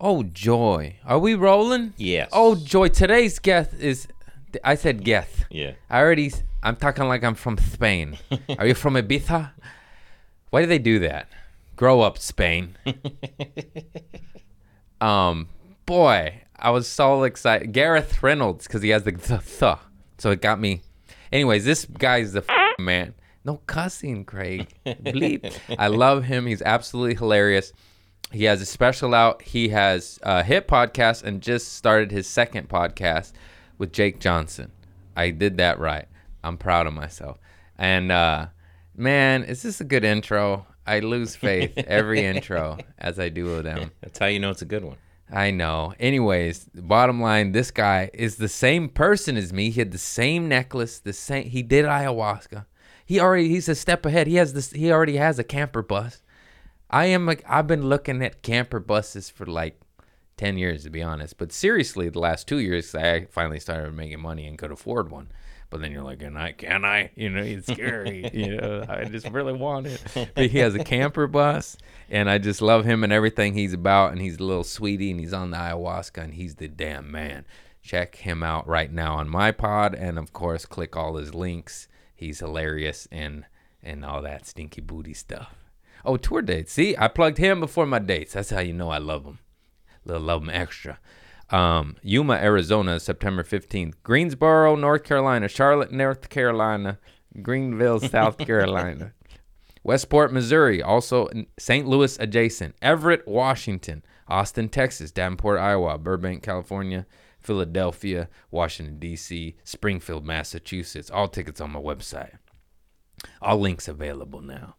Oh joy, are we rolling? Yes. Oh joy, today's guest is. I said guest. Yeah. I already. I'm talking like I'm from Spain. are you from Ibiza? Why do they do that? Grow up, Spain. um, boy, I was so excited. Gareth Reynolds, because he has the th- th- so it got me. Anyways, this guy's the f- man. No cussing, Craig. Bleep. I love him. He's absolutely hilarious. He has a special out. He has a hit podcast and just started his second podcast with Jake Johnson. I did that right. I'm proud of myself. And uh, man, is this a good intro? I lose faith every intro as I do with them. That's how you know it's a good one. I know. Anyways, bottom line, this guy is the same person as me. He had the same necklace, the same he did ayahuasca. He already he's a step ahead. He has this he already has a camper bus. I am like I've been looking at camper buses for like 10 years to be honest. But seriously, the last 2 years I finally started making money and could afford one. But then you're like, can I? Can I? You know, it's scary. you know, I just really want it. But he has a camper bus, and I just love him and everything he's about. And he's a little sweetie, and he's on the ayahuasca, and he's the damn man. Check him out right now on my pod, and of course, click all his links. He's hilarious and and all that stinky booty stuff. Oh, tour dates. See, I plugged him before my dates. That's how you know I love him little love 'em extra. Um, Yuma, Arizona, September 15th. Greensboro, North Carolina. Charlotte, North Carolina. Greenville, South Carolina. Westport, Missouri, also in St. Louis adjacent. Everett, Washington. Austin, Texas. Davenport, Iowa. Burbank, California. Philadelphia, Washington, D.C. Springfield, Massachusetts. All tickets on my website. All links available now.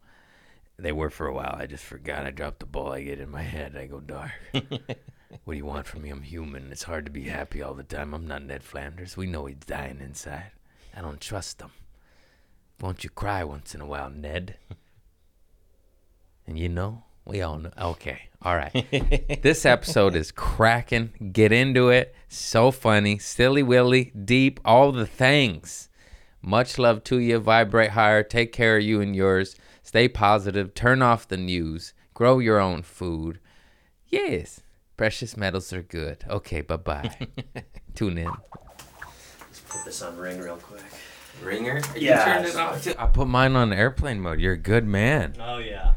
They were for a while. I just forgot. I dropped the ball. I get in my head. I go dark. What do you want from me? I'm human. It's hard to be happy all the time. I'm not Ned Flanders. We know he's dying inside. I don't trust him. Won't you cry once in a while, Ned? And you know, we all know. Okay, all right. this episode is cracking. Get into it. So funny, silly willy, deep, all the things. Much love to you. Vibrate higher. Take care of you and yours. Stay positive. Turn off the news. Grow your own food. Yes, precious metals are good. Okay, bye bye. Tune in. Put this on ring real quick. Ringer? Yeah, turned it it's off I put mine on airplane mode. You're a good man. Oh yeah.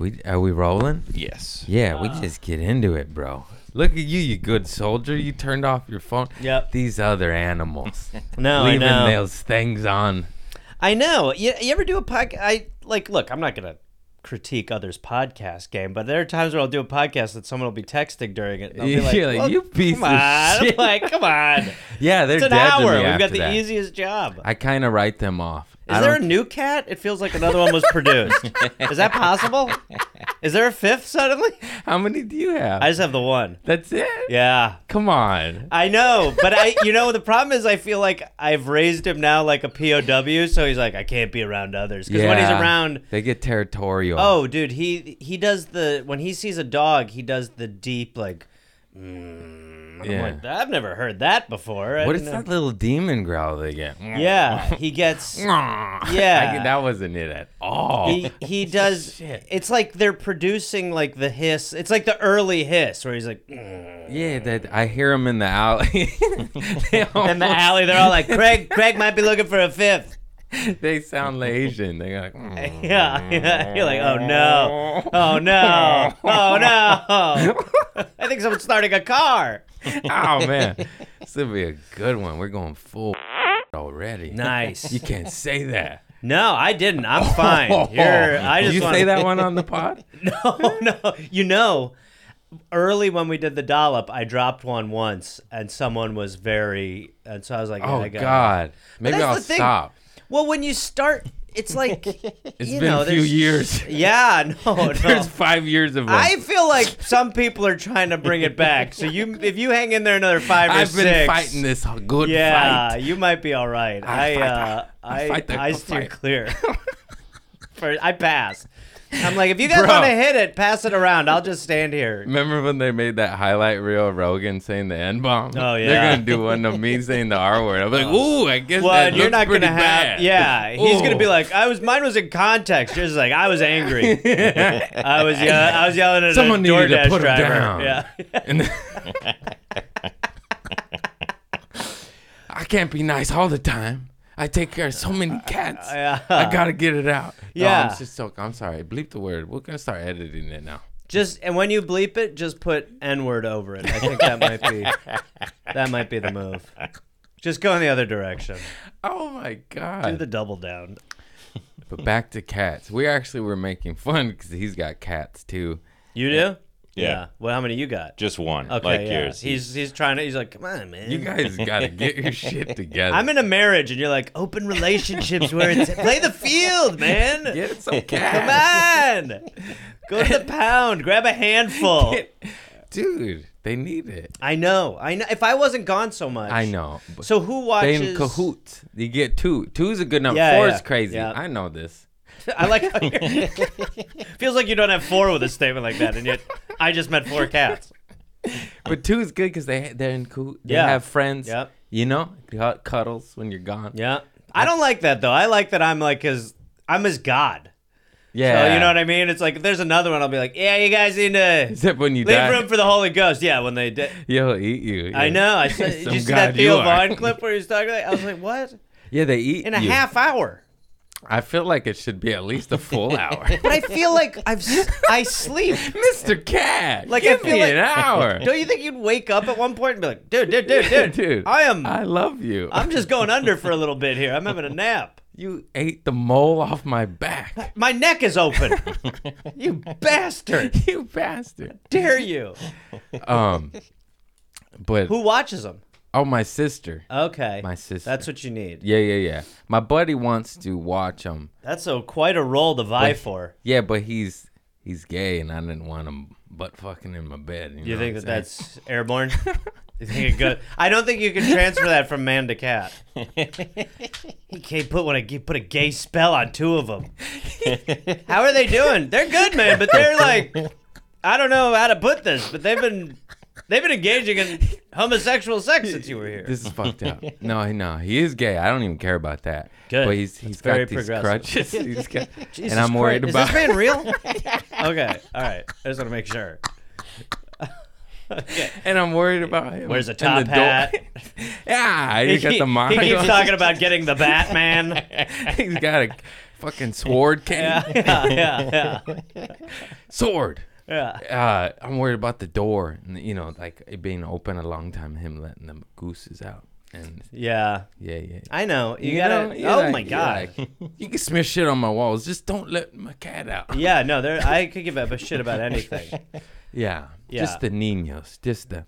We are we rolling? Yes. Yeah, we Uh. just get into it, bro. Look at you, you good soldier. You turned off your phone. Yep. These other animals. No, leaving I know. those things on. I know. You, you ever do a podcast? I like. Look, I'm not gonna critique others' podcast game, but there are times where I'll do a podcast that someone will be texting during it. And I'll be like, You're like, "Well, "You piece come of on. shit." I'm like, come on. Yeah, they're It's an dead to hour. me We've after got the that. easiest job. I kind of write them off. Is there a new cat? It feels like another one was produced. Is that possible? Is there a fifth suddenly? how many do you have? I just have the one. That's it. Yeah. Come on. I know, but I, you know, the problem is I feel like I've raised him now like a POW, so he's like I can't be around others because when he's Yeah. around, they get territorial. oh, dude, he he does the when he sees a dog, he does the deep like, mm, I'm Yeah. like, I've never heard that before. I what is didn't know." that little demon growl they get? Yeah, he gets. I Yeah. get- that wasn't it at all. He, he does. Shit. It's like they're producing like the hiss. It's like the early hiss where he's like, mm. yeah, that I hear him in the alley. they in the almost- alley. They're all like, Craig, Craig might be looking for a fifth. They sound like Asian. They're like, "Mm." Yeah, yeah. You're like, oh no, oh no, oh no. I think someone's starting a car. oh man, this will be a good one. We're going full already. Nice. You can't say that. Oh, No, I didn't. I'm fine. You're, I just you wanna, say that one on the pod? No, no. You know, early when we did the dollop, I dropped one once, and someone was very, and so I was like, Oh I got God, maybe that's I'll the thing. stop. Well, when you start, it's like It's you been know, a few there's- years. Yeah, no, no. There's five years of them. I feel like some people are trying to bring it back. So you, if you hang in there another five or I've six, been fighting this good Yeah, fight. you might be all right. I I fight the- uh, I I fight the I steer fight. clear. For, I pass. I'm like, if you guys Bro. want to hit it, pass it around. I'll just stand here. Remember when they made that highlight reel of Rogan saying the N bomb? Oh, yeah. Oh. They're gonna do one of me saying the R word. I'm like, ooh, I guess Well, that and you're looks not pretty gonna have. bad. Yeah, he's gonna be Ooh. like, I was. Mine was in context. Just like I was angry. I was. Ye- I was yelling at Someone a needed to DoorDash put him driver. down. Yeah. And then- I can't be nice all the time. I take care of so many cats. Uh, Yeah. I gotta get it out. No, Yeah. I'm just so. I'm sorry. Bleep the word. We're gonna start editing it now. Just and when you bleep it, just put N word over it. I think that might be that might be the move. Just go in the other direction. Oh my Do god. the double down. but back to cats. We actually were making fun because he's got cats too. You do? Yeah. Yeah. Well, how many you got? Just one, Okay. like yeah. yours. He's he's trying to. He's like, come on, man. You guys gotta get your shit together. I'm in a marriage, and you're like, open relationships where it's play the field, man. get some Come cats, on. Go to the pound. Grab a handful. dude. They need it. I know. I know. If I wasn't gone so much, I know. But So who they watches? in cahoots. You get two. Two's a good number. Yeah, Four is yeah, crazy. yeah. I know this. I like. How you're- feels like you don't have four with a statement like that, and yet I just met four cats. But two is good because they they're in cool. They Yeah. have friends. Yep. You know, Cut- cuddles when you're gone. Yeah. I don't like that though. I like that I'm like his. I'm his god. Yeah. So you know what I mean? It's like if there's another one. I'll be like, yeah, you guys need to Except when you leave die, room for the Holy Ghost. Yeah, when they did. he'll eat you. Yeah. I know. I said, did Some you see god that Theo you are. Vaughn clip where he was talking? Like, I was like, what? Yeah, they eat In a you. half hour. I feel like it should be at least a full hour. But I feel like I've s- I sleep. Mr. Cat, Like, like I give feel me like- an hour. Don't you think you'd wake up at one point and be like, dude, dude, dude, dude, Dude, I am. I love you. I'm just going under for a little bit here. I'm having a nap. you ate the mole off my back. My neck is open. you bastard. you bastard. Dare you? Um, but Who watches them? oh, my sister, Okay. my sister. That's what you need. yeah, yeah, yeah. My buddy wants to watch him. That's a quite a role to vie for. Yeah, but he's he's gay, and I didn't want him butt fucking in my bed. You, You know think that what I'm saying? that's airborne? You think it good? I don't think you can transfer that from man to cat. He can't put one. He put a gay spell on two of them. How are they doing? They're good, man, but they're like, I don't know how to put this, but they've been they've been engaging in homosexual sex since you were here. this is fucked up? No, he- no, he is gay. I don't even care about that. Good. But he's he's very got these progressive. crutches, He's got- Jesus and I'm worried Christ. about. Is this man real? okay, all right. I just want to make sure. and I'm worried about him. Wears a and the top door- hat. yeah, he got the he monocle. keeps talking about getting the Batman. he's got a fucking sword cane. Yeah, yeah, yeah, Sword. yeah. Uh, I'm worried about the door, and you know, like it being open a long time. Him letting the gooses out, and Yeah, yeah, yeah. I know. You, You gotta. know, you're oh like- my you're god. like, you can smear shit on my walls. Just don't let my cat out. yeah, no. There, I could give up a shit about anything. Yeah. Yeah. Just the niños. Just the.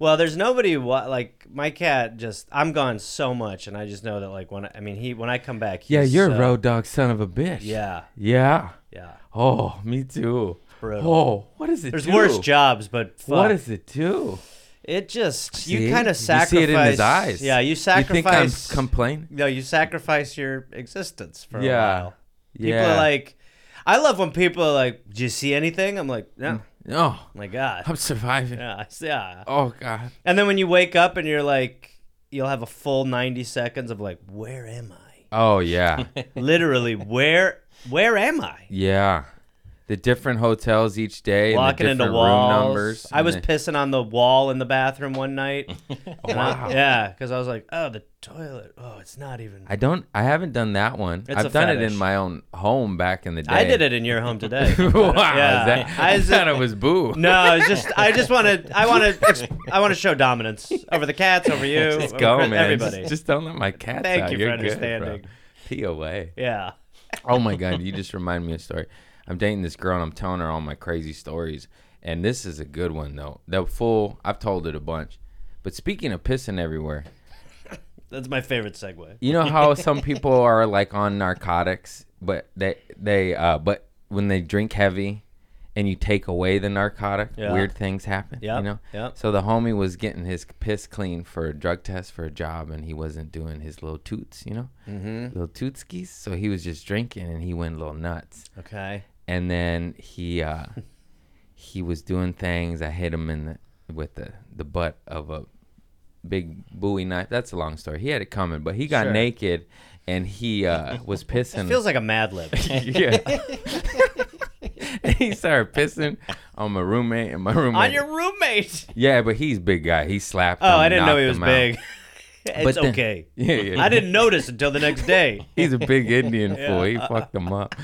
Well, there's nobody. Wa- like my cat, just I'm gone so much, and I just know that like when I, I mean he when I come back. He's Yeah, you're so- a road dog son of a bitch. uh, Yeah, Yeah. yeah. Oh, me too. brutal. Oh, what is it? There's do? worse jobs, but fuck. What does it do? it? Just you See? kind You of see it in sacrifice. his eyes. Yeah, you sacrifice. You think I'm complaining? no, you sacrifice your existence for a Yeah. while. People Yeah. are like, I love when people are like, "Do you see anything?" I'm like, "No, oh, my God." I'm surviving. Yeah, I see- yeah. Oh God. And then when you wake up and you're like, you'll have a full 90 seconds of like, where am I? Oh yeah. Literally, where where am I? yeah. The different hotels each day. Walking and the into different walls. Room numbers. I and was the- pissing on the wall in the bathroom one night. And I- Wow. yeah, because I was like, oh, the toilet. Oh, it's not even. I don't. I haven't done that one. It's a I've done it fetish. in my own home back in the day. I did it in your home today. wow, Yeah. is that, I I, was- thought it was boo. No, it's just I just want to I want to I want to show dominance over the cats, over you, Let's over go, Chris- man. everybody. Just, just don't let my cat Thank out. you for You're good, understanding. bro. POA. yeah. Oh my god, you just remind me of a story. I'm dating this girl and I'm telling her all my crazy stories. And this is a good one though. The full I've told it a bunch. But speaking of pissing everywhere, That's my favorite segue. you know how some people are like on narcotics, but they they uh but when they drink heavy and you take away the narcotic, Yeah. weird things happen. Yep, You know? yep. So the homie was getting his piss clean for a drug test for a job and he wasn't doing his little toots, you know? Mm-hmm. Little tootskies. So he was just drinking and he went little nuts Okay. and then he uh, he was doing things. I hit him in the with the the butt of a big Bowie knife. That's a long story. He had it coming, but he got Sure. naked and he uh, was pissing. It feels like a Mad Lib. yeah. And he started pissing on my roommate and my roommate. On your roommate. yeah, but he's a big guy. He slapped. Oh, him, I didn't know knocked he was him out. big. it's then- okay. Yeah, yeah. I didn't notice until the next day. He's a big Indian Yeah. fool. He fucked him up.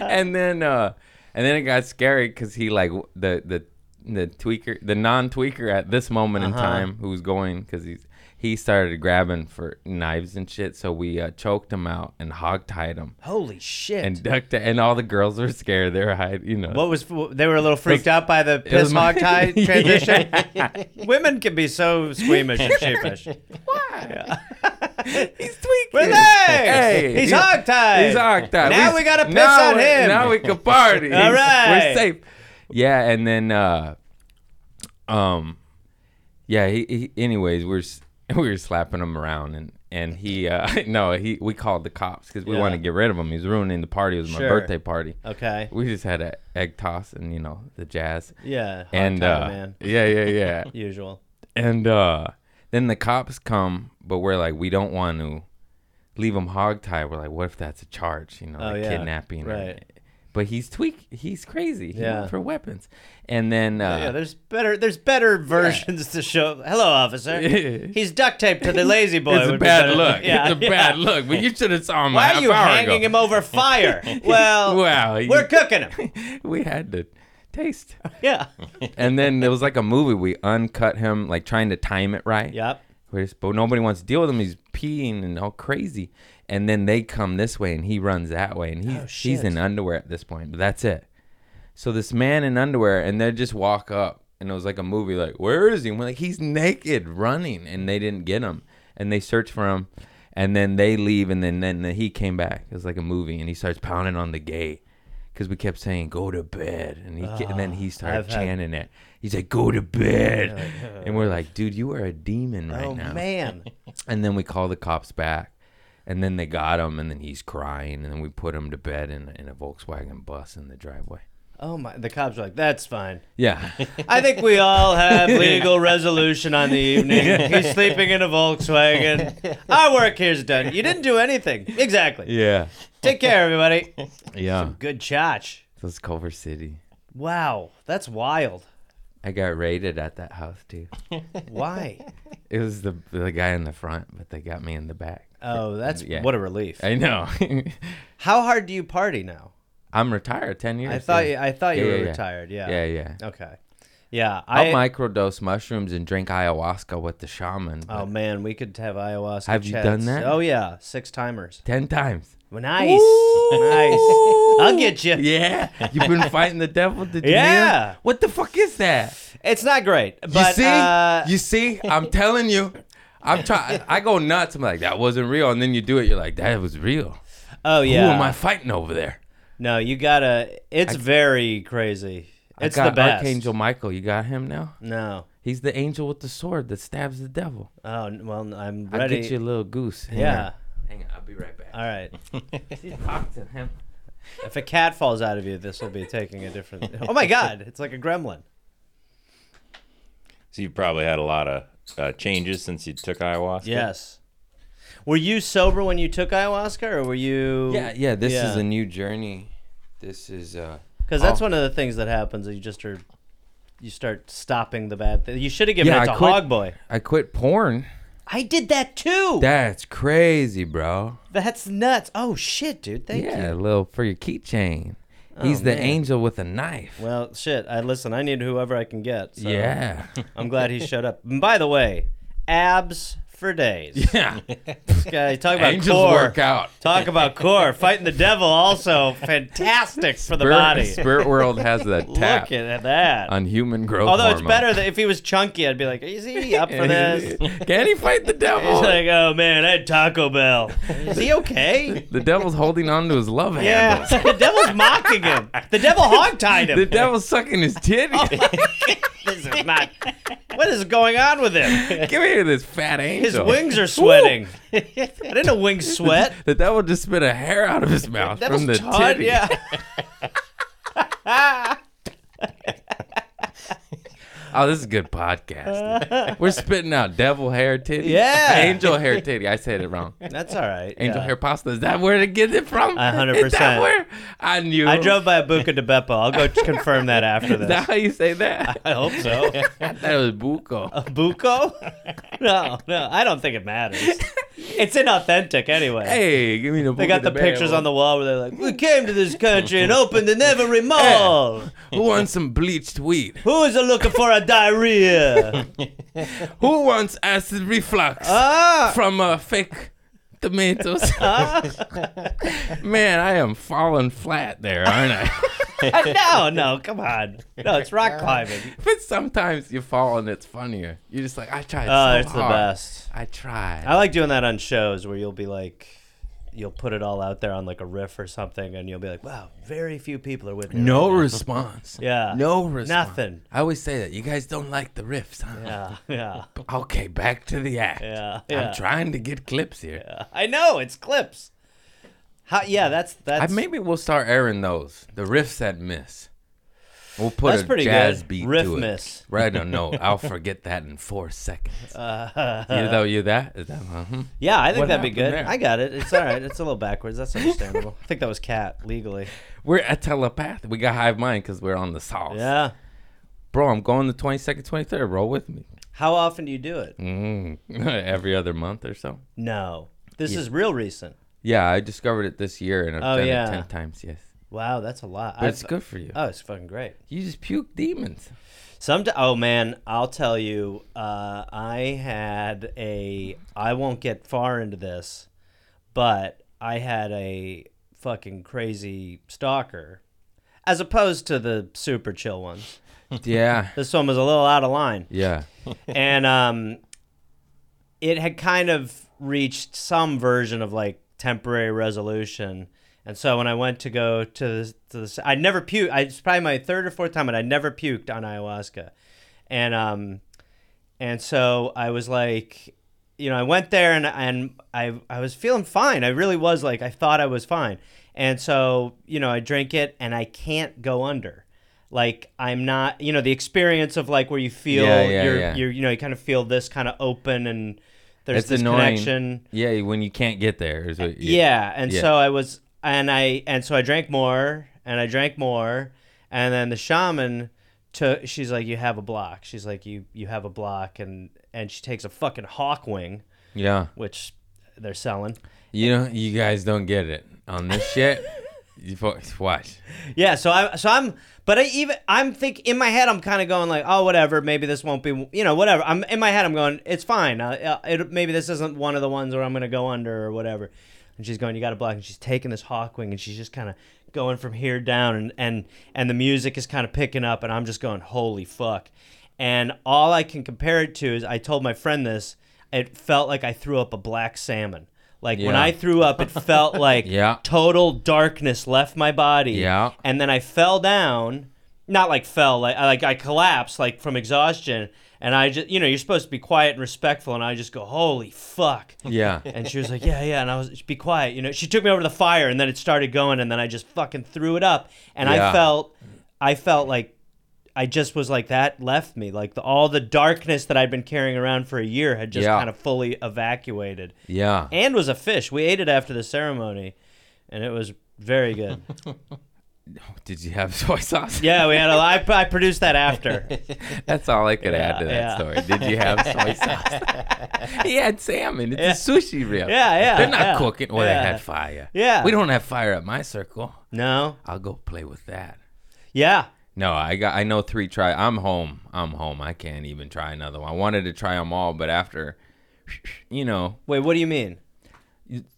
and then, uh, and then it got scary because he like w- the the the tweaker, the non-tweaker at this moment in Uh-huh. time, who's going because he's he started grabbing for knives and shit. So we uh, choked him out and hogtied him Holy shit. and ducked. And all the girls were scared. They were hiding, you know. what was they were a little freaked out by the was piss my- hog tie transition. Yeah. Women can be so squeamish and sheepish. Why? Yeah. He's tweaking. We're there. He's hogtied. He's hogtied. Now we gotta piss now on we- him. Now we can party. All We're right. safe. Yeah, and then, uh, um, yeah. He, he anyways, we're s- we were slapping him around, and and he, uh, no, he, we called the cops because we Yeah. wanted to get rid of him. He was ruining the party. It was my Sure. birthday party. Okay. We just had a egg toss and you know the jazz. Yeah. hog And tie, uh, man, yeah, yeah, yeah. usual. And uh, then the cops come, but we're like, we don't want to leave him hogtied. We're like, what if that's a charge? You know, Oh, like yeah. kidnapping. or- Right. but he's tweak. He's crazy. He Yeah. went for weapons. And then yeah, uh, there's better. There's better versions to show. Hello, officer. Yeah. He's duct taped to the lazy boy. it's a would be bad better. look. Yeah, it's a yeah. bad look. But you should have saw him. a Why half are you hour hanging ago. him over fire? Well, Wow. he- we're cooking him. we had to taste. Yeah. and then it was like a movie. We uncut him, like trying to time it right. yep. We're just- but nobody wants to deal with him. He's peeing and all crazy. And then they come this way and he runs that way. And he's, he's Oh, shit. in underwear at this point, but that's it. So this man in underwear, and they just walk up. And it was like a movie, like, where is he? And we're like, he's naked running. And they didn't get him. And they search for him. And then they leave. And then, then, then he came back. It was like a movie. And he starts pounding on the gate. Because we kept saying, go to bed. And, he, ke- and then he started Ah, I've had- chanting it. He's like, go to bed. and we're like, dude, you are a demon right oh now. man. And then we call the cops back. And then they got him, and then he's crying, and then we put him to bed in, in a Volkswagen bus in the driveway. Oh my. The cops are like, that's fine. Yeah. I think we all have legal resolution on the evening. He's sleeping in a Volkswagen. Our work here's done. You didn't do anything. Exactly. yeah. Take care, everybody. Yeah. Good chotch. So it's Culver City. Wow, that's wild. I got raided at that house, too. Why? It was the, the guy in the front, but they got me in the back. Oh, that's Yeah. what a relief. I know. How hard do you party now? I'm retired 10 years. I thought yeah. I thought you Yeah, were yeah, yeah. retired. Yeah. Yeah, yeah. Okay. Yeah. I'll I. microdose mushrooms and drink ayahuasca with the shaman. oh but man, we could have ayahuasca. Have you chats. done that? Oh yeah, six timers. 10 times. Well, nice, nice. I'll get you. Yeah. You've been fighting the devil, did you? Neil? Yeah. What the fuck is that? It's not great, but you see, uh, you see, I'm telling you, I'm trying. I go nuts. I'm like, that wasn't real, and then you do it. You're like, that was real. oh yeah. Who am I fighting over there? No, you gotta. It's very crazy. It's I got the best. Archangel Michael. You got him now. No. He's the angel with the sword that stabs the devil. Oh n- well, I'm I ready. get you a little goose. Hang Yeah. on. hang on. I'll be right back. All right. She's boxing him. If a cat falls out of you, this will be taking a different. Oh my God! It's like a gremlin. So you've probably had a lot of uh, changes since you took ayahuasca. Yes. Were you sober when you took ayahuasca, or were you? Yeah, yeah. This is a new journey. This is uh. Because that's one of the things that happens. is You just are. You start stopping the bad thing. You should have given Yeah, it I to quit- Hog Boy. I quit porn. I did that too. That's crazy, bro. that's nuts. Oh shit, dude. Thank yeah, you. Oh, a little for your keychain. He's the man. angel with a knife. Well, shit. I listen. I need whoever I can get. So yeah. I'm glad he showed up. And by the way, abs for days. Yeah. This guy talk about Angels core. work out. Talk about core. Fighting the devil also fantastic for the Spirit, body. Spirit World has that tap Look at that. on human growth. Although it's hormone. better that if he was chunky, I'd be like, is he up for this? He's Can he fight the devil? like, oh man, I had Taco Bell. Is he okay? the devil's holding on to his love Yeah. handles. the devil's mocking him. Oh, The devil hogtied The him. devil's sucking his titty. This is not. What is going on with him? Give here this fat angel. His wings are sweating. I didn't know wings sweat. The devil just spit a hair out of his mouth That from the was Todd. titty. Yeah. Oh, this is good podcast. We're spitting out devil hair titty. Yeah. Angel hair titty. I said it wrong. That's all right. Angel yeah. hair pasta. Is that where to get it from? A hundred Is that percent. where? I knew. I drove by a Buca de Beppo. I'll go confirm that after Is this. that how you say that? I hope so. that was buco. A buco? No, no. I don't think it matters. It's inauthentic anyway. Hey, give me the. They got the pictures on the wall where they're like, "We came to this country and opened an every mall. Who wants some bleached wheat? Who is looking for a diarrhea? Who wants acid reflux ah, from uh, fake tomatoes? Uh. Man, I am falling flat there, aren't I? no, no, come on. No, it's rock climbing. but sometimes you fall and it's funnier. You're just like, I tried Oh, so it's the hard. best. I tried. I like doing that on shows where you'll be like, you'll put it all out there on like a riff or something, and you'll be like, "Wow, very few people are with me." No right response. Yeah. No response. Nothing. I always say that. You guys don't like the riffs, huh? now." Yeah, yeah, Okay, back to the act. yeah, yeah. I'm trying to get clips here. I know it's clips. How, yeah, that's I, that's maybe we'll start airing those. The riffs that miss. We'll put that's a pretty jazz good. beat Riff to it. miss. Right on note. I'll forget that in four seconds. Uh, you know you that? Is that uh-huh. yeah, I think What that'd be good. happened there? I got it. It's all right. It's a little backwards. That's understandable. I think that was cat legally. We're a telepath. We got hive mind because we're on the sauce. Yeah. Bro, I'm going the 22nd, 23rd. Roll with me. How often do you do it? Mm. Every other month or so. No. This is real recent. Yeah, I discovered it this year and I've Oh, done yeah. it 10 times. Yes. Wow, that's a lot. But it's I've- good for you. Oh, it's fucking great. You just puke demons. Some. Oh man, I'll tell you. Uh, I had a. I won't get far into this, but I had a fucking crazy stalker, as opposed to the super chill ones. Yeah. This one was a little out of line. Yeah. and um, it had kind of reached some version of like temporary resolution. And so when I went to go to the, to the I never puked. I, it's probably my third or fourth time, and I never puked on ayahuasca. And um, and so I was like, you know, I went there and and I I was feeling fine. I really was like I thought I was fine. And so, you know, I drink it and I can't go under. Like I'm not, you know, the experience of like where you feel Yeah, yeah, you're, yeah. you're you know, you kind of feel this kind of open and there's It's this annoying. connection. Yeah, when you can't get there is what you, Yeah, and Yeah. so I was, and I and so I drank more, and I drank more, and then the shaman took. She's like, "You have a block." She's like, "You you have a block," and and she takes a fucking hawk wing, Yeah. which they're selling. You know, you guys don't get it on this shit. You fo- watch. Yeah, so I so I'm, but I even I'm think in my head I'm kind of going like, oh whatever, maybe this won't be, you know, whatever. I'm in my head I'm going, it's fine. Uh, uh, it, maybe this isn't one of the ones where I'm gonna go under or whatever. And she's going, you got a block, and she's taking this hawk wing, and she's just kind of going from here down, and and and the music is kind of picking up, and I'm just going, holy fuck. And all I can compare it to is I told my friend this. It felt like I threw up a black salmon. Like when Yeah. I threw up, it felt like Yeah. total darkness left my body. Yeah. And then I fell down, not like fell, like I, like I collapsed like from exhaustion. And I just, you know, you're supposed to be quiet and respectful, and I just go, holy fuck. Yeah. And she was like, yeah, yeah. And I was, be quiet, you know. She took me over to the fire, and then it started going, and then I just fucking threw it up, and I Yeah. felt, I felt like. I just was like that left me like the, all the darkness that I'd been carrying around for a year had just Yeah. kind of fully evacuated Yeah. and was a fish. We ate it after the ceremony, and it was very good. Did you have soy sauce? Yeah, we had a. I, I produced that after. That's all I could add to that yeah. story. Did you have soy sauce? he had salmon. It's a sushi reel. Yeah, yeah, They're not yeah, cooking. Well, yeah. they had fire. Yeah. We don't have fire at my circle. No. I'll go play with that. Yeah. No, I got. I know three try. I'm home. I'm home. I can't even try another one. I wanted to try them all, but after, you know, Wait, what do you mean?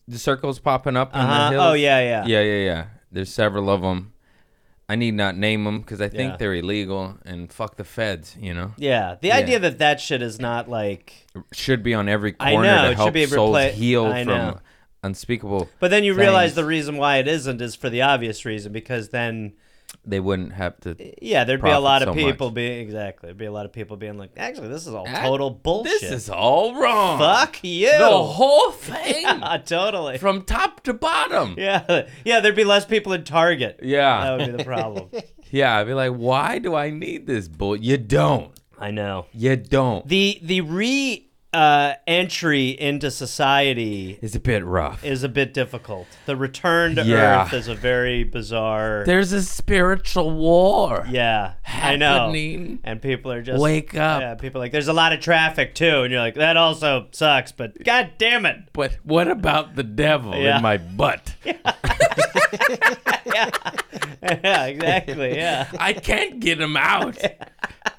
the circles popping up in Uh-huh. the hills. Oh yeah, yeah. Yeah, yeah, yeah. There's several of them. I need not name them because I think Yeah. they're illegal and fuck the feds. You know, Yeah, The idea that that shit is not like. should be on every I corner know, it to should help be a souls repla- heal I from know. unspeakable. But then you realize Thanks. the reason why it isn't is for the obvious reason because then they wouldn't have to. Yeah, there'd be a lot of Profit so people much. being exactly. There'd be a lot of people being like, actually, this is all That- total bullshit. This is all wrong. fuck you. the whole thing yeah, totally. from top to bottom. Yeah, yeah. There'd be less people in Target. Yeah, That would be the problem. yeah. I'd be like, why do I need this bull? You don't. I know. You don't. The the re uh, entry into society It's a bit rough. is a bit difficult. The return to Yeah. Earth is a very bizarre. There's a spiritual war. yeah, I know. happening. And people are just Wake up. Yeah, people are like there's a lot of traffic too, and you're like that also sucks. But god damn it, But what about the devil Yeah. in my butt? yeah, exactly, yeah. I can't get him out.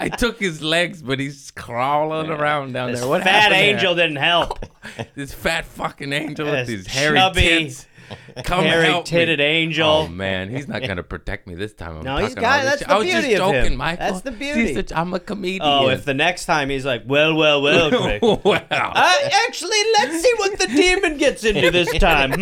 I took his legs, but he's crawling around down This there. What fat happened there? angel didn't help. This fat fucking angel with This these hairy chubby, tits. Come Hairy help me. titted angel. Oh man, he's not gonna protect me this time. I'm No, he's talking got- all this that's shit. the I was beauty just of him. joking, Michael. That's the He's beauty. such- I'm a comedian. Oh, if the next time he's like, well, well, well, Crick. wow. Uh, actually, let's see what the demon gets into this time.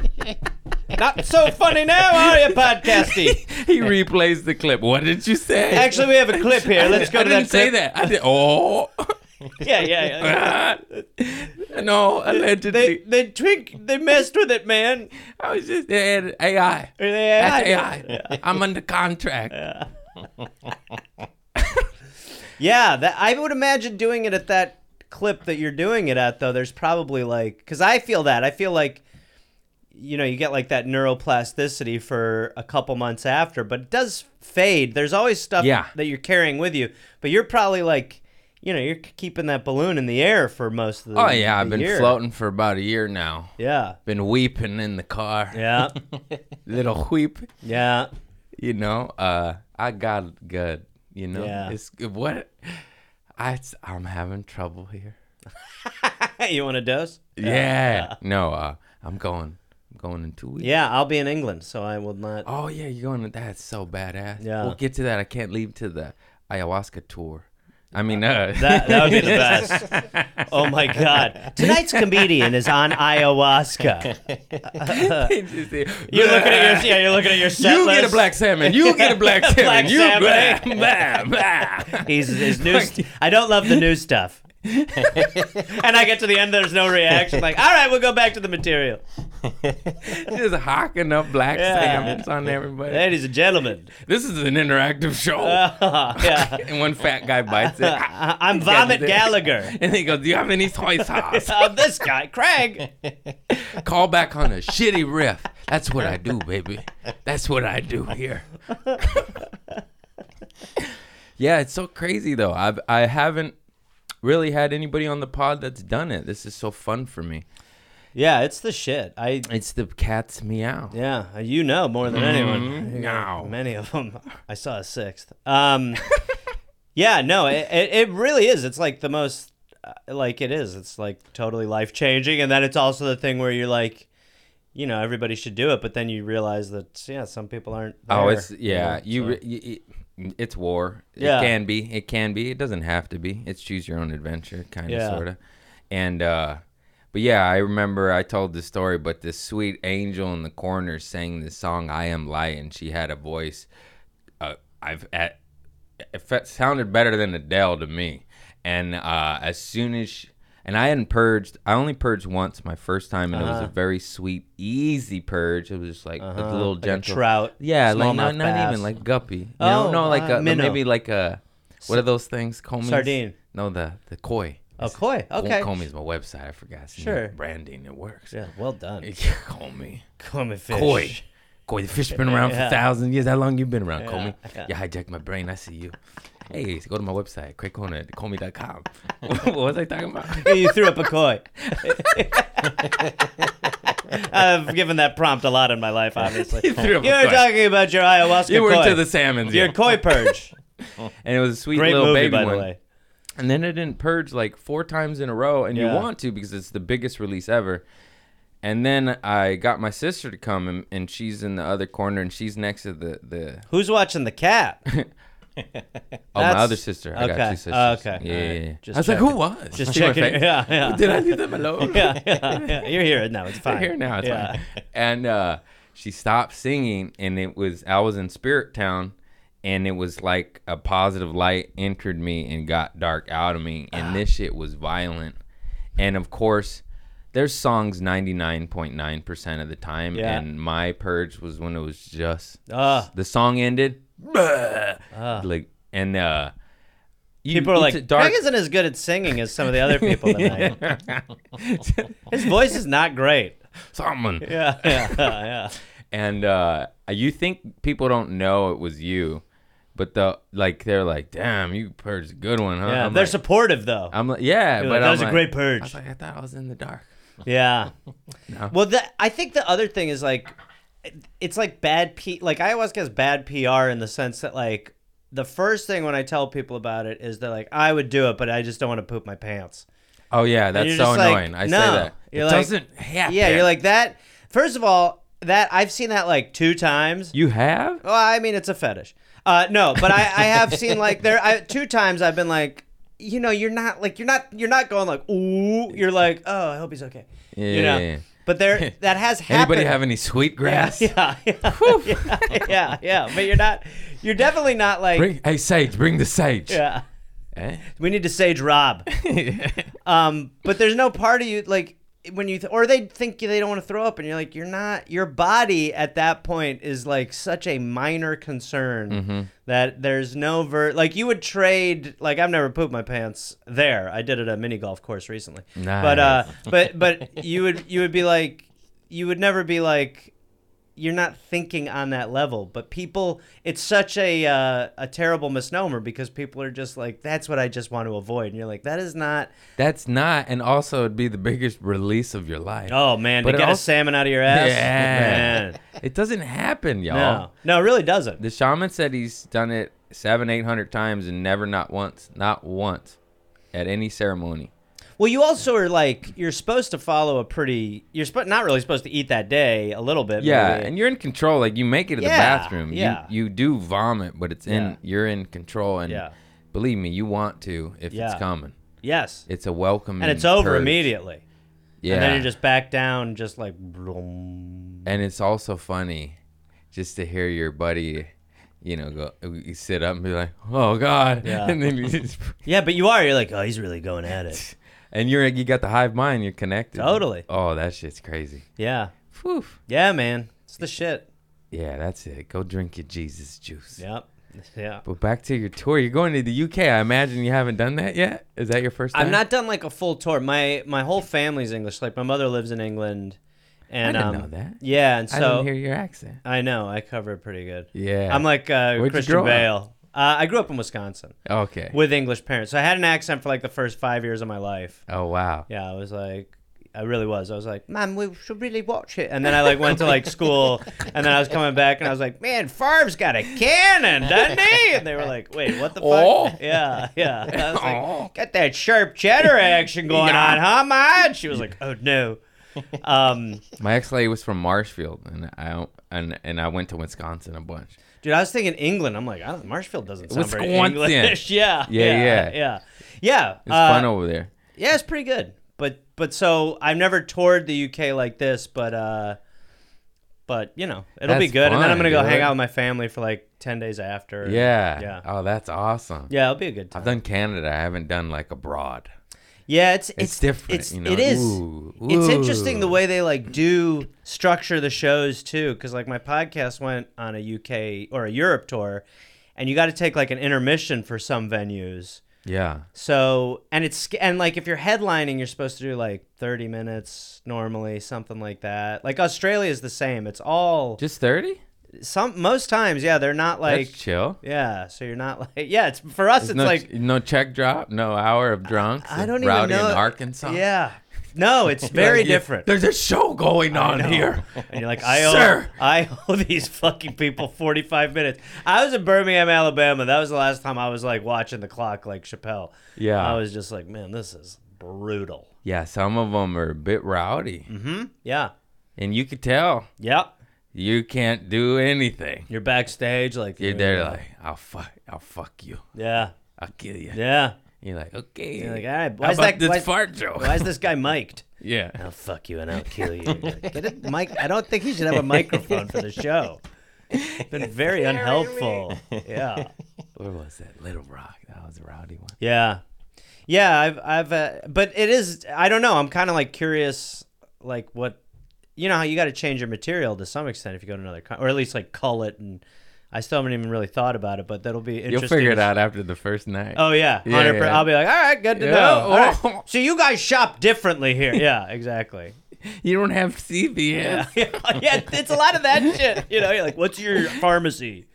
Hmm? Not so funny now, are you, podcasty? he replays the clip. What did you say? Actually, we have a clip here. Let's go I to didn't that say clip. that. I did. Oh. Yeah, yeah. yeah. no, allegedly. They, they twink, they messed with it, man. I was just they added AI. They- That's yeah. AI. I'm under contract. Yeah, that I would imagine doing it at that clip that you're doing it at though. There's probably like because I feel that I feel like you know you get like that neuroplasticity for a couple months after, but it does fade. There's always stuff Yeah. that you're carrying with you, but you're probably like you know you're keeping that balloon in the air for most of the Oh yeah, I've the been year. floating for about a year now. Yeah, Been weeping in the car. yeah, Little weep. yeah. You know, uh I got good, you know. Yeah. It's what I I'm having trouble here. you want a dose? Yeah. No, uh I'm going I'm going in 2 weeks. Yeah, I'll be in England, so I will not. Oh yeah, you're going to that's so badass. Yeah. We'll get to that. I can't leave to the ayahuasca tour. I mean, uh, That, that would be the best. Oh my God. Tonight's comedian is on ayahuasca. You're looking at your yeah, you're looking at your set You list. get a black salmon. You get a black Black salmon. you salmon. blah, blah, blah. He's his new. St- I don't love the new stuff. and I get to the end, there's no reaction. Like, all right, we'll go back to the material, just hocking up black Yeah. salmons on everybody. ladies and gentlemen. This is an interactive show. Uh, yeah, and one fat guy bites it, I- I'm Vomit Gallagher. and he goes, "Do you have any soy sauce?" I'm this guy, Craig. Call back on a shitty riff. That's what I do, baby. That's what I do here. yeah, it's so crazy though. I've I haven't really had anybody on the pod that's done it. This is so fun for me. Yeah, it's the shit. I It's the cat's meow. yeah, you know more than anyone. Meow. Many of them. I saw a sixth. Um, yeah, no, it, it, it really is. It's like the most, uh, like it is. It's like totally life changing. And then it's also the thing where you're like, you know, everybody should do it. But then you realize that, yeah, some people aren't. Oh, there, it's yeah. know, You, so- re- y y- mm, it's war. Yeah. It can be. It can be. It doesn't have to be. It's choose your own adventure, kind of, Yeah. sort of. And uh, but yeah, I remember I told the story, but this sweet angel in the corner sang this song, "I Am Light," and she had a voice. Uh, I've at it fe- sounded better than Adele to me. And uh, as soon as she, and I hadn't purged, I only purged once my first time, and Uh-huh. it was a very sweet, easy purge. It was just like a little like a gentle. trout. Yeah, like smallmouth not, not bass. even like guppy. You Oh, know, no, like uh, a, minnow. maybe like a what are those things? Comies? Sardine. No, the the koi. Oh, koi. Okay. Comey's my website. I forgot. It's new Sure. Branding. It works. Yeah, well done. Comey. Come fish. Koi. Koi, the fish been around Yeah. for thousand years. How long you been around, Comey? yeah. You hijacked my brain. I see you. Hey, go to my website, craigcorner.comey.com. what was I talking about? Hey, you threw up a koi. I've given that prompt a lot in my life, obviously. You threw up a You were koi. talking about your ayahuasca You were koi. into the salmons. your yeah. koi purge. And it was a sweet Great little movie, baby by one. the way. and then it didn't purge like four times in a row and Yeah. you want to because it's the biggest release ever and then i got my sister to come and, and she's in the other corner and she's next to the the Who's watching the cat? oh my That's- other sister i okay. got two sisters Oh, okay. yeah, All right. yeah, yeah. Just i was checking. like who was Just See my checking. face? Yeah, yeah. did i leave them alone yeah, yeah, yeah. You're here now. It's fine. here now it's Yeah. fine. and uh she stopped singing and it was I was in Spirit Town and it was like a positive light entered me and got dark out of me Ah. and this shit was violent. And of course, there's songs 99.9% of the time Yeah. and my purge was when it was just Ah. the song ended "Bleh," like and uh you- People are it's like, a Greg isn't as good at singing as some of the other people tonight. His voice is not great. someone Yeah, yeah, yeah. and uh you think people don't know it was you but the like they're like damn you purged a good one huh yeah. I'm, They're like, supportive though. I'm like yeah You're but like, that I'm was a like- great I was purge. like I thought I was in the dark Yeah. Well, the, I think the other thing is like, it's like bad P. Like ayahuasca has bad PR in the sense that like the first thing when I tell people about it is they're like, I would do it, but I just don't want to poop my pants. oh yeah that's you're so just like, annoying I no. say that You're it like- doesn't happen Yeah, you're like that. First of all, that I've seen that like two times. you have Well, I mean, it's a fetish. Uh, no, but I, I have seen like there I, two times I've been like, you know, you're not like you're not you're not going like ooh. You're like, oh, I hope he's okay. yeah, you know. yeah, yeah. But there that has happened. anybody have any sweet yeah, grass yeah, yeah, yeah, yeah, yeah. But you're not. You're definitely not like. bring hey sage bring the sage yeah. Eh? We need to sage Rob. Um, but there's no part of you like when you th- or they think they don't want to throw up, and you're like, you're not. Your body at that point is like such a minor concern that there's no ver like you would trade. Like I've never pooped my pants there. I did it at a mini golf course recently. But uh, but but you would you would be like you would never be like you're not thinking on that level but people it's such a uh, a terrible misnomer because people are just like that's what i just want to avoid and you're like that is not that's not and also it'd be the biggest release of your life oh man But to it get a also- salmon out of your ass Yeah. man it doesn't happen y'all no no it really doesn't The shaman said he's done it seven, eight hundred times and never not once, not once, at any ceremony. well you also are like you're supposed to follow a pretty you're sp- not really supposed to eat that day a little bit Yeah, maybe. and you're in control. Like you make it to the Yeah, bathroom. You- yeah. You do vomit, but it's Yeah. in you're in control and Yeah. believe me, you want to if Yeah. it's coming. yes It's a welcome and it's over purge. immediately Yeah. and then you're just back down just like vroom. And it's also funny just to hear your buddy, you know, go you sit up and be like, "Oh god." Yeah. And then you just, yeah but you are you're like oh he's really going at it and you're you got the hive mind, you're connected. Totally. Oh, that shit's crazy. yeah Whew. yeah man it's the shit Yeah, that's it. Go drink your Jesus juice. Yep. Yeah. But back to your tour. You're going to the UK. I imagine you haven't done that yet. Is that your first time? I've not done like a full tour. My my whole family's English. Like my mother lives in England, and didn't um, know that. Yeah, and I didn't so hear your accent. I, know I cover it pretty good. Yeah. I'm like uh, you Christian grow up? Bale. Uh, I grew up in Wisconsin Okay. with English parents, so I had an accent for like the first five years of my life. oh wow. Yeah, I was like. I really was. I was like, "Mom, we should really watch it." And then I like went to like school, and then I was coming back, and I was like, "Man, Favre's got a cannon, doesn't he?" And they were like, "Wait, what the fuck?" Oh. Yeah, yeah. I was like, Oh. Got that sharp cheddar action going Yeah. on, huh, Ma? And she was like, "Oh no." Um, My ex-lady was from Marshfield, and I and and I went to Wisconsin a bunch. dude, I was thinking England. I'm like, I don't, Marshfield doesn't sound very Wisconsin. English. yeah, Yeah, yeah, yeah. yeah, yeah. It's uh, fun over there. yeah, it's pretty good. But but so I've never toured the UK like this, but uh, but you know it'll be That's good. and then I'm fun, gonna go hang dude. out with my family for like ten days after. Yeah. yeah, Oh, that's awesome. yeah. It'll be a good I've time. done Canada. I haven't done like abroad. Yeah, it's it's, different, It's, you know? It is. Ooh, It's interesting the ooh. way they like do structure the shows too, because like my podcast went on a UK or a Europe tour, and you got to take like an intermission for some venues. Yeah. So and it's and like if you're headlining, you're supposed to do like 30 minutes normally, something like that. Like Australia is the same. It's all Just thirty. some most times. Yeah, they're not like. that's chill. yeah, so you're not like yeah. It's for us. It's no, like no check drop. No hour of drunks. I of don't even rowdy know. in Arkansas. yeah, no, it's very Like, yeah, different. There's a show going on know. here. And you're like, I owe, Sir. I owe these fucking people 45 minutes. I was in Birmingham, Alabama. That was the last time I was like watching the clock like Chappelle. Yeah. I was just like, man, this is brutal. Yeah, some of them are a bit rowdy, Mm-hmm. Yeah. and you could tell Yep. you can't do anything. You're backstage, like, You're there like, I'll fuck, I'll fuck you, yeah, I'll kill you. yeah. You're like, okay. You're like, all right, How why's about that? this Why's, fart joke? why's this guy mic'd? Yeah. I'll fuck you and I'll kill you. Get it, Mike. I don't think he should have a microphone for the show. Been very unhelpful. Yeah. Where was that? Little Rock. That was a rowdy one. Yeah, yeah. I've, I've, uh, but it is. I don't know. I'm kind of like curious, like what, you know, how you got to change your material to some extent if you go to another, co- or at least like cull it. And I still haven't even really thought about it, but that'll be You'll interesting. figure it to- out after the first night. Oh yeah, Yeah, hundred percent. yeah. I'll be like, all right, good to Yeah. know. All right. Oh. So you guys shop differently here. Yeah, exactly. You don't have CVS. Yeah. yeah, it's a lot of that shit. You know, you're like, what's your pharmacy?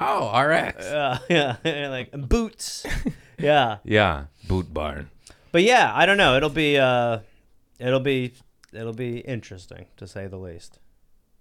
Oh, RX. Uh, yeah, You're like boots. Yeah. yeah. Boot barn. But yeah, I don't know. It'll be uh, it'll be it'll be interesting to say the least.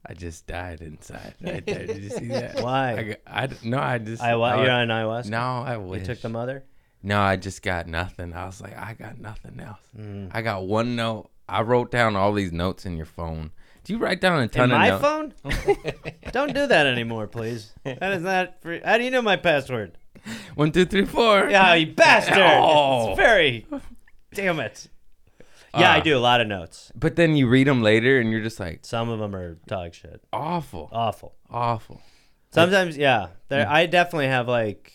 I just died inside right there. Did you see that? Why? I, got- I d- no, I just. Ayahu- I- you're on ayahuasca. No, I you wish. took the mother. No, I just got nothing. I was like, I got nothing else. Mm. I got one note. I wrote down all these notes in your phone. Do you write down a ton of In my notes? phone? don't do that anymore, please. That is not. Free. How do you know my password? One, two, three, four. Yeah, you bastard! Oh. It's very. Damn it. Yeah, Ah. I do a lot of notes. But then you read them later, and you're just like, Some of them are dog shit. awful, Awful. awful. Sometimes, yeah. There, I definitely have like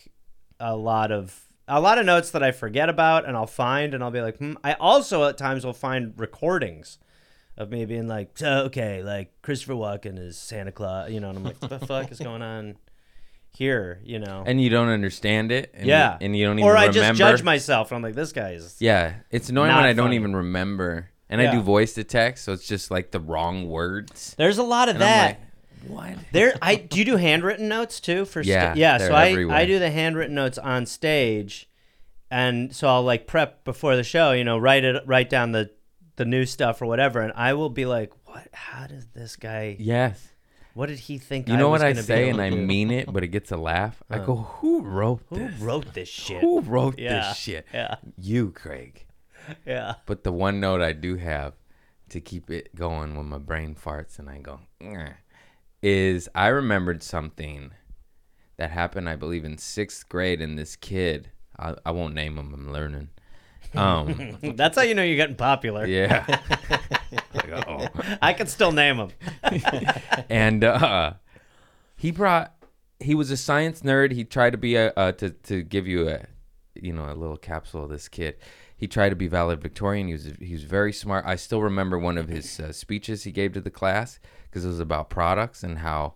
a lot of a lot of notes that I forget about, and I'll find, and I'll be like, hmm. I also at times will find recordings of me being like, so, okay, like Christopher Walken is Santa Claus, you know, and I'm like, what the fuck is going on here, you know? And you don't understand it. And yeah, You, and you don't even or I remember. just judge myself, and I'm like, this guy is. Yeah, it's annoying Not when I don't funny. even remember. And Yeah. I do voice to text, so it's just like the wrong words. There's a lot of And that. I'm like, what? There, I do you do handwritten notes too for Yeah, sta- yeah. they're So I everywhere. I do the handwritten notes on stage, and so I'll like prep before the show. You know, write it, write down the the new stuff or whatever, and I will be like, what? How did this guy? Yes. What did he think? You know was what I gonna be say, able and I to do? mean it, but it gets a laugh. I go, "Who wrote Who this? wrote this shit? Who wrote Yeah. this shit? Yeah, You, Craig." yeah. But the one note I do have to keep it going when my brain farts and I go, "Nyeh," is I remembered something that happened, I believe, in sixth grade, and this kid, I, I won't name him, I'm learning. Um, That's how you know you're getting popular. yeah. Like, "Uh-oh." I can still name him. and uh, he brought he was a science nerd he tried to be a uh, to, to give you a you know a little capsule of this kid he tried to be valedictorian he was he was very smart i still remember one of his uh, speeches he gave to the class because it was about products and how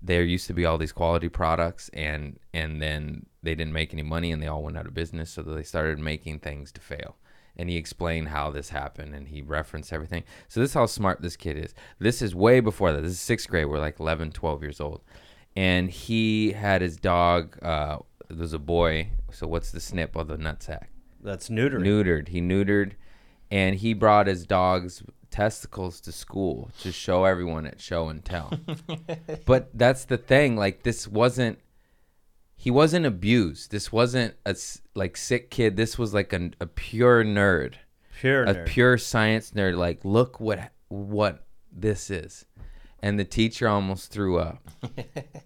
there used to be all these quality products and and then they didn't make any money and they all went out of business so they started making things to fail and he explained how this happened and he referenced everything so this is how smart this kid is this is way before that this is sixth grade we're like 11 12 years old and he had his dog uh there's a boy so what's the snip of the nutsack That's neutering. neutered he neutered and he brought his dog's testicles to school to show everyone at show and tell but that's the thing like this wasn't he wasn't abused this wasn't a s- like sick kid this was like an, a pure nerd Pure. a nerd. pure science nerd like look what what this is and the teacher almost threw up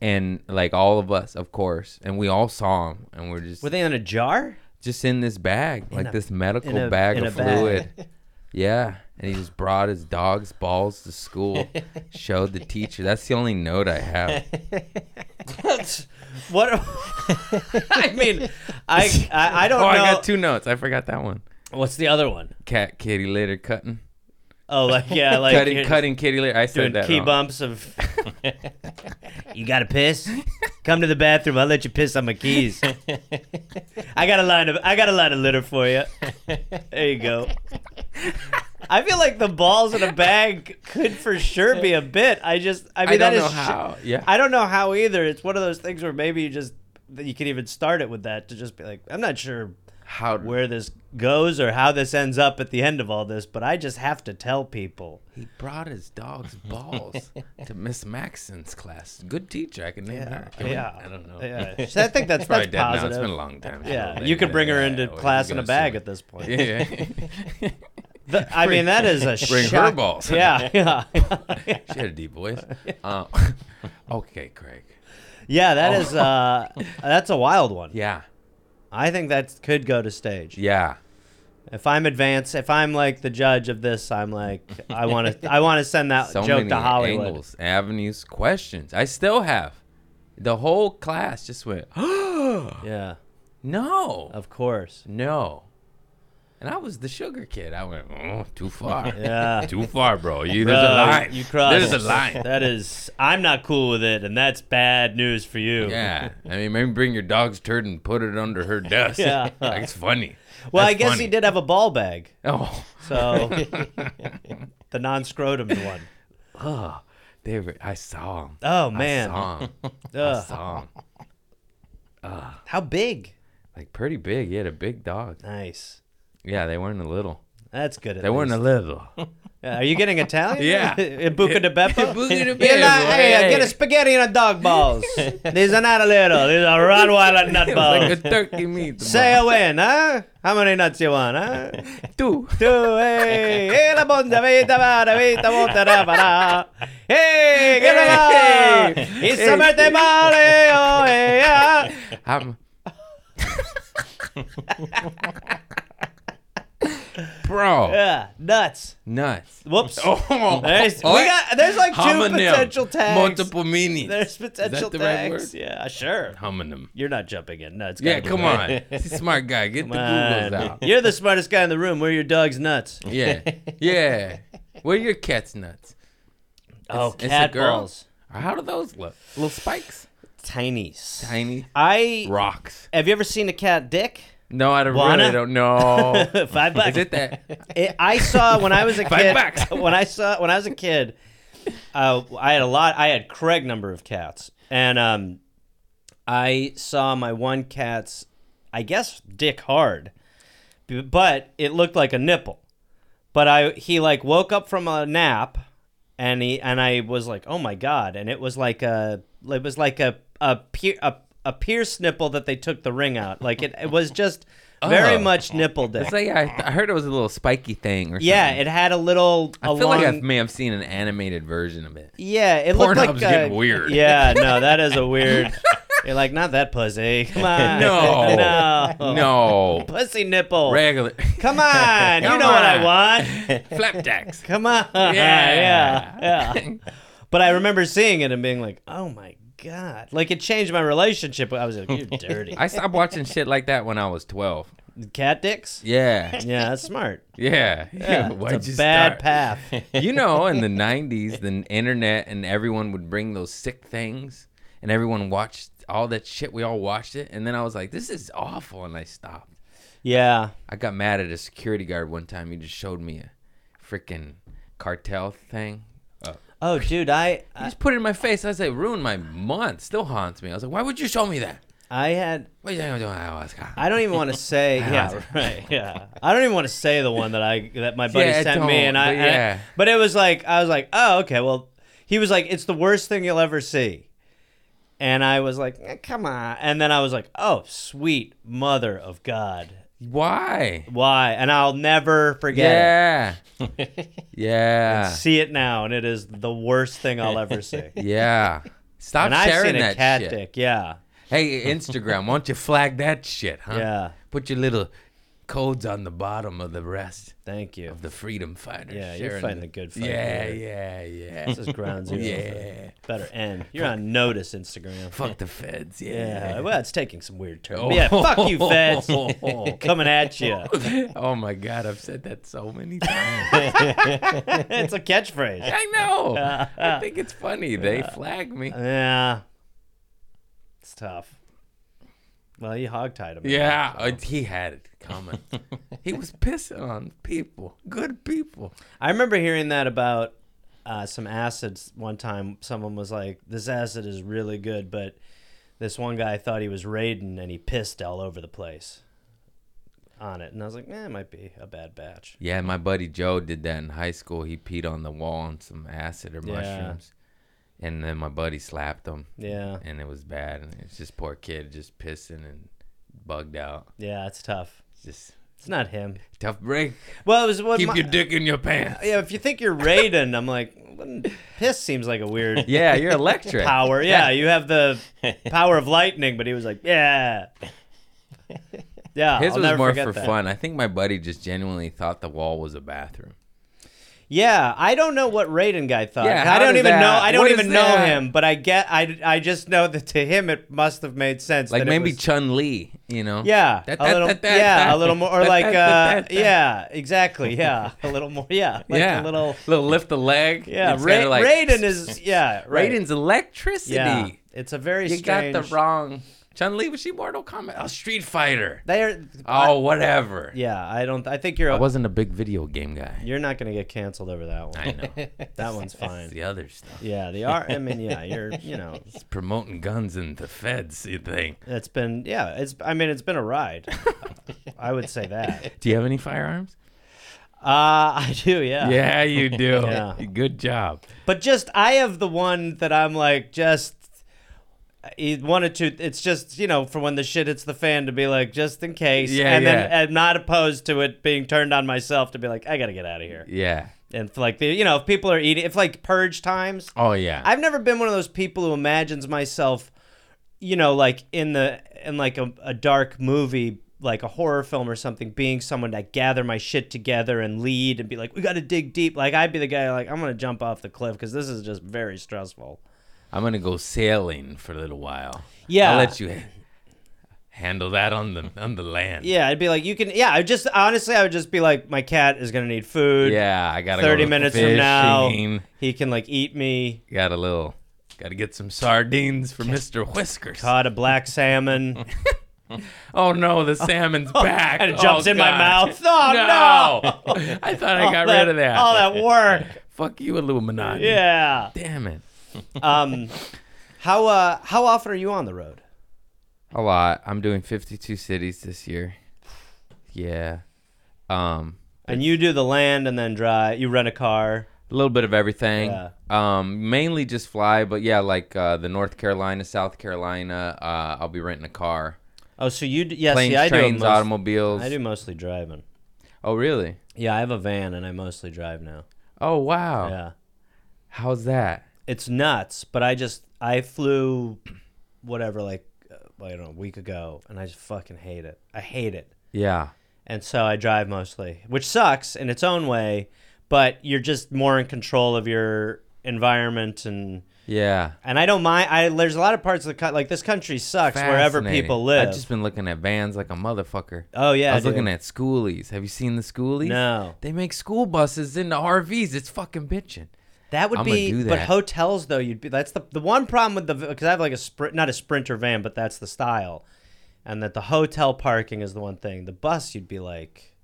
and like all of us of course and we all saw him and we're just Were they in a jar? just in this bag like a- this medical in a- bag in of a bag. fluid yeah and he just brought his dog's balls to school showed the teacher that's the only note i have What? what? I mean, I I, I don't oh know. i got two notes i forgot that one What's the other one? cat kitty litter cutting Oh, like yeah, like cutting you're cutting kitty litter i doing said that key wrong. bumps of. you gotta piss. Come to the bathroom. I'll let you piss on my keys. I got a line of I got a line of litter for you. There you go. I feel like the balls in a bag could for sure be a bit. I just I mean i don't that is know sh- how yeah I don't know how either. It's one of those things where maybe you just that you can even start it with that to just be like, I'm not sure how where this goes or how this ends up at the end of all this, but I just have to tell people. He brought his dog's balls to Miss Maxon's class. Good teacher. I can name her. Can we- Yeah. I don't know. Yeah. So I think that's, Probably that's dead now. It's positive. been a long time. yeah, They- you could bring her yeah, into well, class you in a go bag see- at this point. Yeah. The- I mean, that is a Bring her shock- balls. Yeah, yeah, she had a deep voice. Uh, okay, Craig. yeah. That is uh, that's a wild one. Oh. Yeah. I think that could go to stage. Yeah. If I'm advanced, if I'm like the judge of this, I'm like, I want to, I want to send that so Uh, joke many to Hollywood. angles, avenues, questions. I still have. The whole class just went, Yeah, no, of course. no. And I was the sugar kid. I went, oh, too far. Yeah. Too far, bro. You, there's a Bro, line. You crossed. There's a line. That is, I'm not cool with it, and that's bad news for you. Yeah. I mean, maybe bring your dog's turd and put it under her desk. Yeah. Like, it's funny. Well, I That's guess funny. he did have a ball bag, Oh, so the non-scrotum one. oh. They were, I saw him. Oh man, I saw him. I Ugh. saw him. how big? Like, pretty big. He had a big dog. Nice. Yeah, they weren't a little. That's good. At They weren't a least. little. Yeah, Uh, Are you getting Italian? Yeah. In Buca de Beppo? Buca de You're like, Beppo, hey, hey. get a spaghetti and a dog balls. These are not a little. These are Rottweiler nut It was balls. like a turkey meat. Say a win, huh? How many nuts you want, huh? two. Two, hey, hey, la bonda vita, vada, vita, volta, da, vada. Hey, get it on. Hey. It's a birthday party, oh, hey, yeah. I'm Bro, Yeah, Uh, nuts. nuts. Whoops. Oh, There's, we got, there's like two Homonym. potential tags. Multiple meanings. There's potential the right tags. word? yeah, sure. Homonym. You're not jumping in. No, it's gotta Yeah, be come on. right. He's a smart guy. Get the Googles Man, out. you're the smartest guy in the room. Where are your dog's nuts? Yeah. Yeah. Where are your cat's nuts? Oh, it's a cat girl? balls. How do those look? Little spikes? Tinies. Tiny I rocks. have you ever seen a cat dick? No, I don't Wanna? really don't know. Five bucks. Is it that? It- I saw when I was a Five kid. bucks. When I saw when I was a kid, uh, I had a lot. I had Craig number of cats, and um, I saw my one cat's, I guess, dick hard, b- but it looked like a nipple. But I he like woke up from a nap, and he and I was like, oh my god, and it was like a it was like a a pier, a, a pierced nipple that they took the ring out. Like it, it was just very Oh. much nipple dick. It's like I, I heard it was a little spiky thing or Yeah, something. it had a little. I a feel like I long- may have seen an animated version of it. yeah, it looked like Pornhub's getting uh, weird. Yeah, no, that is a weird. You're like, not that pussy. Come on, No. no, No. pussy nipple. Regular. Come on, you Come know what I on. want. Flapjacks. Come on, Yeah. yeah, yeah. But I remember seeing it and being like, oh my god, like it changed my relationship. I was like, you dirty I stopped watching shit like that when I was 12. cat dicks. Yeah. Yeah, that's smart. Yeah. Yeah, Why'd it's a you bad start? path. You know, in the 90s, the internet and everyone would bring those sick things and everyone watched all that shit. We all watched it. And then I was like, this is awful. And I stopped. Yeah, I got mad at a security guard one time. He just showed me a freaking cartel thing. Oh, dude, I, He I just put it in my face. I was like, ruined my month. Still haunts me. I was like, why would you show me that? I had What are you doing? I I don't even want to say. yeah, Housing. right. Yeah, I don't even want to say the one that I that my buddy Yeah, sent me, don't, and I, but and I- yeah. But it was like I was like, oh, okay. Well, he was like, it's the worst thing you'll ever see, and I was like, eh, come on. And then I was like, oh, sweet mother of God, Why? why? And I'll never forget. it. Yeah. yeah. See it now, and it is the worst thing I'll ever see. Yeah. Stop and I've sharing seen a that cat shit. dick. Yeah, Hey, Instagram, why don't you flag that shit, huh? yeah. Put your little codes on the bottom of the rest Thank you. of the freedom fighters. Yeah, you're sharing fighting the- the good fight. Yeah, here. yeah, yeah. This is ground zero. Yeah. Better end. You're on notice, Instagram. Fuck the feds. Yeah, Yeah. well, it's taking some weird turns. Oh. Yeah, fuck you, feds. Coming at you. oh my god, I've said that so many times. it's a catchphrase. I know. I think it's funny. They flag me. Yeah. It's tough. Well, you hogtied him. Yeah, uh, he had it coming. he was pissing on people, good people. I remember hearing that about uh, some acids one time. Someone was like, this acid is really good, but this one guy thought he was raiding and he pissed all over the place on it. And I was like, eh, it might be a bad batch. Yeah, my buddy Joe did that in high school. He peed on the wall on some acid or Yeah. mushrooms, and then my buddy slapped him, Yeah. and it was bad. And it's just poor kid just pissing and bugged out. Yeah, it's tough. Just It's not him. tough break. Well, it was what Keep my- your dick in your pants. Yeah, if you think you're Raiden, I'm like, wouldn't- piss seems like a weird Yeah, you're electric. power. Yeah, you have the power of lightning, but he was like, yeah. Yeah, His I'll was never more forget for that. fun. I think my buddy just genuinely thought the wall was a bathroom. Yeah, I don't know what Raiden guy thought. Yeah, I how don't does even that- know. I don't what even is know that? him, but I get. I, I just know that to him it must have made sense. Like that it maybe was- Chun Li, you know? yeah, That- a that- little. that- that- yeah, that- a little more. Or that- like. that- uh, that- that- yeah, exactly. Yeah, a little more. Yeah, like yeah. a little. little lift the leg. Yeah, It's Ra- kinda like- Raiden is. Yeah, right. Raiden's electricity. Yeah, it's a very You strange. got the wrong. Chun Li was she Mortal Kombat? Oh, Street Fighter. They're. Oh, whatever. Yeah, I don't. I think you're. I wasn't a big video game guy. You're not gonna get canceled over that one. I know. That one's It's fine. the other stuff. Yeah, the R. I mean, yeah, you're. You know, It's promoting guns and the feds you think. it's been. Yeah, it's. I mean, it's been a ride. I would say that. Do you have any firearms? Uh, I do. Yeah. Yeah, you do. Yeah. Good job. But just I have the one that I'm like just. eh, One or two. It's just you know for when the shit hits the fan to be like just in case, Yeah, and then yeah. I'm not opposed to it being turned on myself to be like I gotta get out of here. Yeah. And if, like the you know if people are eating, if like purge times, Oh yeah. I've never been one of those people who imagines myself, you know, like in the in like a, a dark movie, like a horror film or something, being someone that gather my shit together and lead and be like, we got to dig deep. Like I'd be the guy like I'm gonna jump off the cliff because this is just very stressful. I'm gonna go sailing for a little while. Yeah. I'll let you ha- handle that on the on the land. Yeah, I'd be like, you can. Yeah, I just honestly, I would just be like, my cat is gonna need food. Yeah, I gotta. Thirty go minutes fishing. from now, he can like eat me. Got a little. Got to get some sardines for Mister Whiskers. Caught a black salmon. Oh no, the salmon's back. and it jumps Oh, in my God. mouth. Oh, no! I thought I All got rid of that. All that work. Fuck you, Illuminati. Yeah. Damn it. Um, how uh, how often are you on the road? A lot. I'm doing 52 cities this year. Yeah. Um. And you do the land and then drive. You rent a car. A little bit of everything. Yeah. Um, mainly just fly, but yeah, like uh, the North Carolina, South Carolina. Uh, I'll be renting a car, Oh, so you d- yeah? planes, see, I trains, do it most- automobiles. I do mostly driving. Oh, really? Yeah, I have a van and I mostly drive now. Oh, wow. Yeah, How's that? it's nuts. But I just I flew, whatever, like uh, I don't know, a week ago, and I just fucking hate it. I hate it. Yeah. and so I drive mostly, which sucks in its own way. But you're just more in control of your environment, and Yeah. and I don't mind. I there's a lot of parts of the country like this country sucks wherever Fascinating. people live. I've just been looking at vans like a motherfucker. oh yeah, I was dude. looking at schoolies. Have you seen the schoolies? no. They make school buses into RVs. It's fucking bitching. That would I'ma be, do but that. hotels though you'd be. That's the the one problem with the because I have like a sprint, not a sprinter van, but that's the style, and that the hotel parking is the one thing. The bus you'd be like,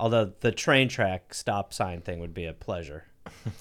although the train track stop sign thing would be a pleasure.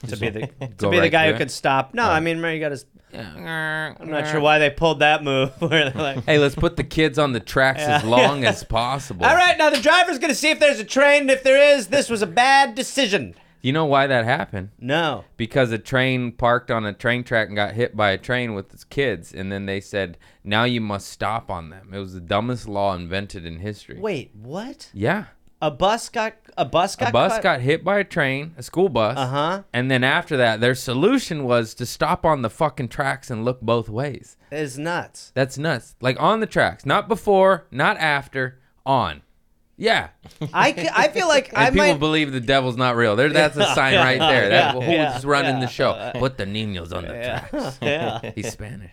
to be the to go be the right guy through who it? could stop. No, I mean, man, you got to. I'm I'm not sure why they pulled that move. Where they're like, Hey, let's put the kids on the tracks as Yeah. long as possible. all right, now the driver's gonna see if there's a train. and If there is, this was a bad decision. You know why that happened? No. because a train parked on a train track and got hit by a train with its kids and then they said now you must stop on them it was the dumbest law invented in history Wait, what? yeah A bus got a bus got a bus got hit by a train a school bus Uh huh. and then after that their solution was to stop on the fucking tracks and look both ways Is nuts. that's nuts like on the tracks not before not after on yeah I, c- I feel like I and people might. believe the devil's not real there that's a sign right there that yeah, who's yeah, running yeah. the show put the ninos on the tracks yeah. he's spanish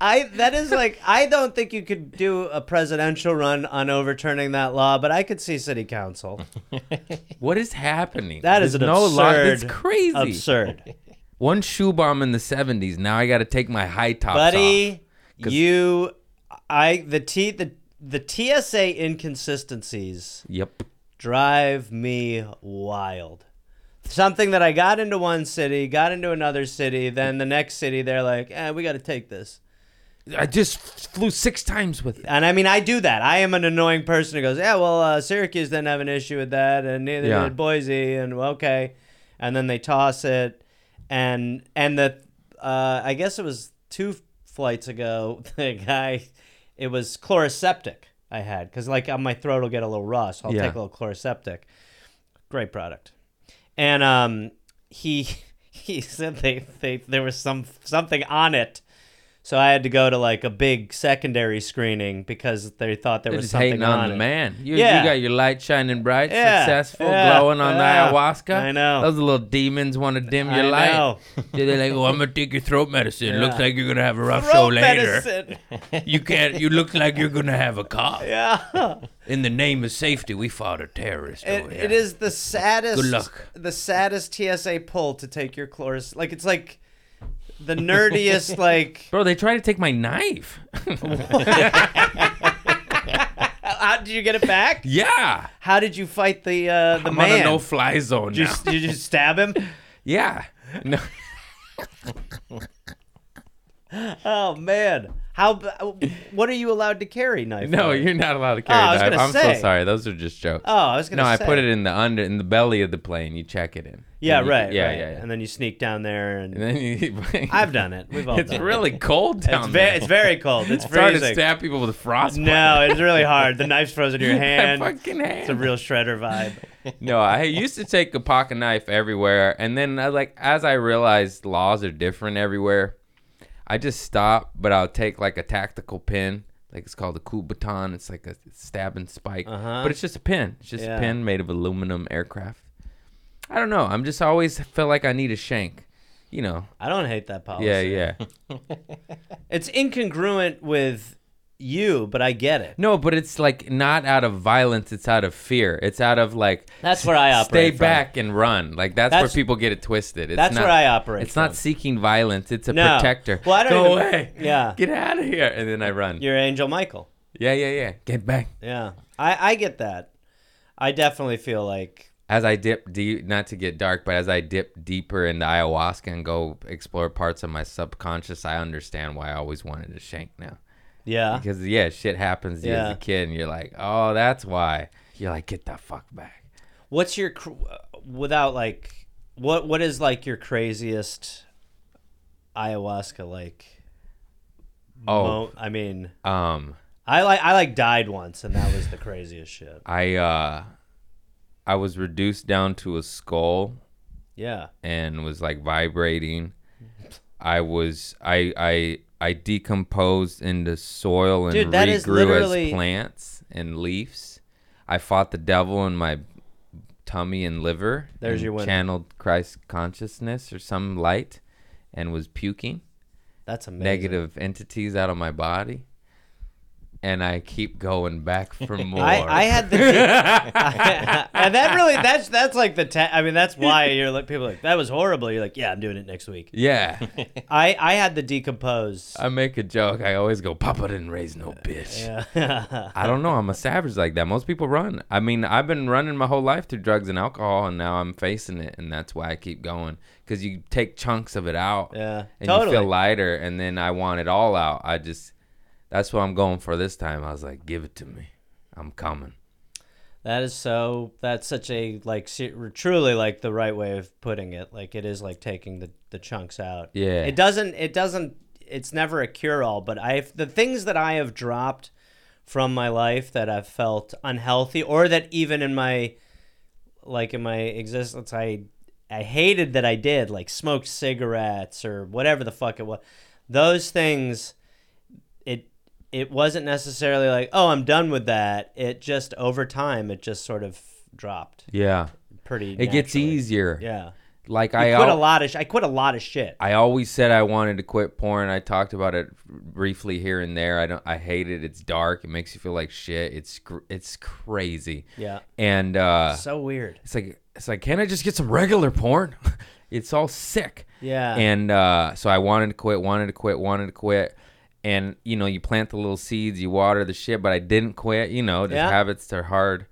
I that is like I don't think you could do a presidential run on overturning that law, but I could see city council. What is happening? That is There's an no lo- absurd, It's crazy. Absurd, One shoe bomb in the '70s. Now I got to take my high tops off. buddy. 'Cause- You, I the t the the TSA inconsistencies Yep. drive me wild. Something that I got into one city, got into another city, then the next city, they're like, eh, we got to take this. I just flew six times with it. And I mean, I do that. I am an annoying person who goes, yeah, well, uh, Syracuse didn't have an issue with that, and neither Yeah. did Boise, and well, okay, and then they toss it, and and the, uh, I guess it was two flights ago, the guy, it was chloroseptic I had because like on my throat will get a little raw, so I'll Yeah. take a little chloroseptic. Great product, and um, he he said they they there was some something on it So I had to go to like a big secondary screening because they thought there They're was just something hating on, the it. man. You, Yeah. you got your light shining bright, Yeah, successful, yeah, glowing on yeah. the ayahuasca. I know. Those little demons want to dim your I light. know. They're like, "Oh, I'm gonna take your throat medicine. Looks Yeah. like you're gonna have a rough show Throat later. medicine. You can't. You look like you're gonna have a cough. Yeah. In the name of safety, we fought a terrorist. It, over it here. is the saddest Good luck. the saddest TSA pull to take your chloris like it's like the nerdiest like Bro, they tried to take my knife. how "Uh, did you get it back? yeah, How did you fight the uh the I'm on a man? no-fly zone did, now. you, did you stab him? Yeah. No. Oh man. How what are you allowed to carry knife? No, wise? you're not allowed to carry Oh, I was a knife. gonna I'm say. so sorry. Those are just jokes. Oh, I was going no, to I say. put it in the under in the belly of the plane. You check it in. Yeah, And you- right. Yeah, right. yeah, yeah. And then you sneak down there and, And then you, I've done it. We've all It's done really cold it. It's down very there. it's very cold. It's It's hard to freezing. stab people with a frostbite. No, it's really hard. The knife's frozen in your My hand. fucking It's a hand. real shredder vibe. no, I used to take a pocket knife everywhere, and then I, like as I realized laws are different everywhere, I just stop. But I'll take like a tactical pin, like it's called a coup baton. It's like a stabbing spike, Uh-huh. but it's just a pin. It's just Yeah. a pin made of aluminum aircraft. I don't know. I'm just always feel like I need a shank. You know? I don't hate that policy. Yeah, yeah. It's incongruent with you, but I get it. No, but it's like not out of violence. It's out of fear. It's out of like That's where I stay operate. from. back and run. Like that's, That's- where people get it twisted. It's That's not, where I operate. It's not from. seeking violence. It's a No. protector. Well, I don't Go even- away. Yeah. Get out of here. And then I run. You're Angel Michael. Yeah, yeah, yeah. Get back. Yeah. I, I get that. I definitely feel like As I dip deep, not to get dark, but as I dip deeper into ayahuasca and go explore parts of my subconscious, I understand why I always wanted to shank now. yeah. Because yeah, shit happens to you as Yeah. a kid, and you're like, oh, that's why. You're like, get the fuck back. What's your cr- without like what what is like your craziest ayahuasca like? Oh, mo- I mean, um, I like I like died once and that was the craziest shit. I uh, I was reduced down to a skull Yeah. and was like vibrating. I was I I I decomposed into soil and Dude, that is regrew literally- as plants and leaves. I fought the devil in my tummy and liver. There's and your winner. channeled Christ consciousness or some light and was puking That's amazing. negative entities out of my body. And I keep going back for more. I, I had the and that really that's that's like the ta- I mean that's why you're like people are like that was horrible you're like yeah I'm doing it next week Yeah. I I had the decompose I make a joke. I always go, Papa didn't raise no bitch. yeah I don't know. I'm a savage like that. Most people run. I mean, I've been running my whole life through drugs and alcohol, and now I'm facing it, and that's why I keep going. Because you take chunks of it out, yeah and totally you feel lighter, and then I want it all out. I just, that's what I'm going for this time. I was like, give it to me. I'm coming. that is so that's such a like se- truly like the right way of putting it like it is like taking the the chunks out Yeah. it doesn't it doesn't it's never a cure all but I've the things that I have dropped from my life that I've felt unhealthy or that even in my like in my existence I I hated that I did like smoked cigarettes or whatever the fuck it was those things it it wasn't necessarily like oh I'm done with that it just over time it just sort of dropped Yeah. pretty It gets naturally. easier. yeah Like I I quit a al- lot of sh- I quit a lot of shit I always said I wanted to quit porn. I talked about it briefly here and there. I don't. I hate it. It's dark. It makes you feel like shit. It's cr- it's crazy. yeah And uh, so weird it's like it's like can I just get some regular porn? it's all sick. yeah And uh, so I wanted to quit. Wanted to quit. Wanted to quit. And you know, you plant the little seeds, you water the shit, but I didn't quit. You know, just Yeah. habits are hard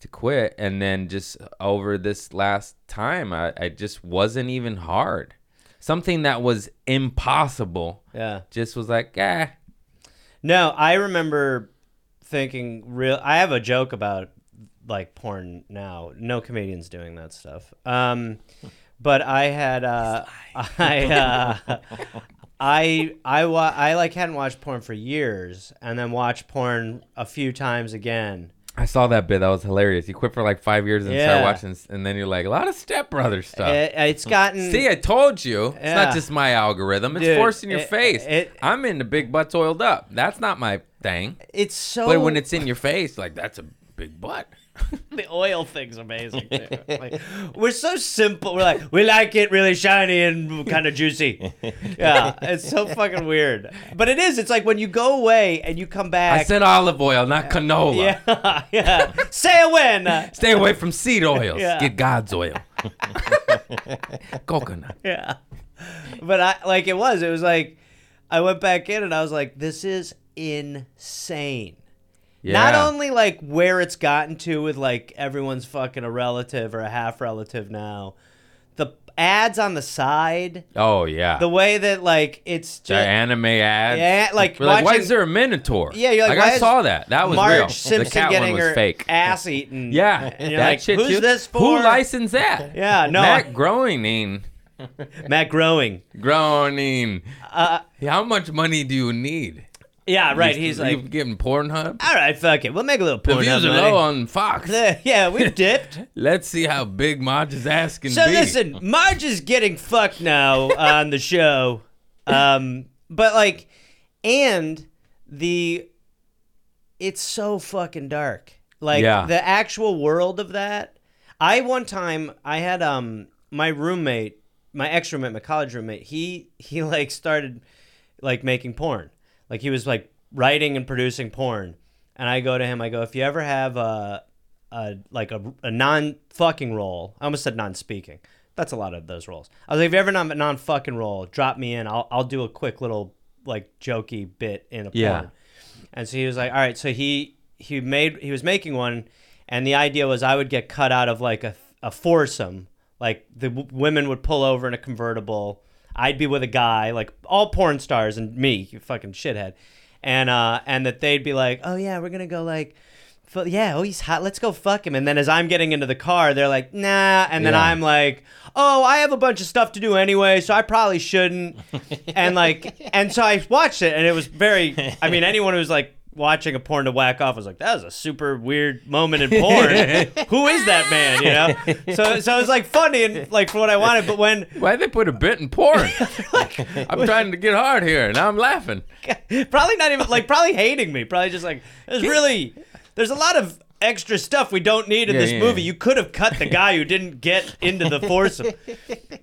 to quit. And then just over this last time, I, I just wasn't even hard. Something that was impossible yeah just was like, ah, No, I remember thinking real I have a joke about like porn now. No comedians doing that stuff. Um but I had uh I uh I I wa- I like hadn't watched porn for years and then watched porn a few times again. I saw that bit. That was hilarious. You quit for like five years and Yeah. started watching, and then you're like, a lot of Step Brothers stuff. It- Eh, it's gotten. Uh, See, I told you. It's Yeah. not just my algorithm. It's Dude, forced in your it- face. it- I'm into big butts oiled up. That's not my thing. it's so. But when it's in your face, like that's a big butt. the oil thing's amazing. Too. Like, we're so simple. We're like we like it really shiny and kind of juicy. Yeah, it's so fucking weird. But it is. It's like when you go away and you come back. I said olive oil, not canola. yeah, yeah. Say a win. Stay away from seed oils. Yeah. Get God's oil. Coconut. yeah. But I like it was. It was like I went back in and I was like, this is insane. Not Yeah. only like where it's gotten to with like everyone's fucking a relative or a half relative now, the ads on the side, Oh yeah. the way that like it's The just anime ads. Yeah, like We're like, why watching- is there a minotaur? Yeah, you're like, why I is saw that. That was Marge real. Simpson the cat getting one was her fake. ass eaten. Yeah, and you're that like, shit who's too. this for? Who licensed that? Yeah, no, I- Matt Groening. Matt Growing. Groening. Uh, How much money do you need? yeah, right. You- He's you like, getting Pornhub. all right, fuck it. We'll make a little The porn. views are low on Fox. yeah, we've dipped. Let's see how big Marge's ass can So be. listen, Marge is getting fucked now on the show. Um, but like, and the, it's so fucking dark. Like Yeah. the actual world of that. I one time I had um my roommate, my ex roommate, my college roommate. He he like started like making porn. Like he was like writing and producing porn. And I go to him. I go, if you ever have uh, a, a like a, a non fucking role, I almost said non speaking. That's a lot of those roles. I was like, if you ever non non fucking role, drop me in. I'll I'll do a quick little like jokey bit in a Yeah. porn. And so he was like, all right. So he he made he was making one, and the idea was I would get cut out of like a a foursome. Like the w- women would pull over in a convertible. I'd be with a guy, like all porn stars and me, you fucking shithead, and uh and that they'd be like, oh yeah, we're gonna go like. fu- Yeah, oh, he's hot. Let's go fuck him. And then as I'm getting into the car, they're like, nah. And then Yeah. I'm like, oh, I have a bunch of stuff to do anyway, so I probably shouldn't. and like, and so I watched it, and it was very. I mean, anyone who's like watching a porn to whack off was like, that was a super weird moment in porn. Who is that man? You know. So so it was like funny and like for what I wanted, but when Why they put a bit in porn? I'm trying to get hard here, and I'm laughing. probably not even like probably hating me. Probably just like there's really there's a lot of extra stuff we don't need in Yeah, this yeah, movie. yeah. You could have cut the guy who didn't get into the foursome.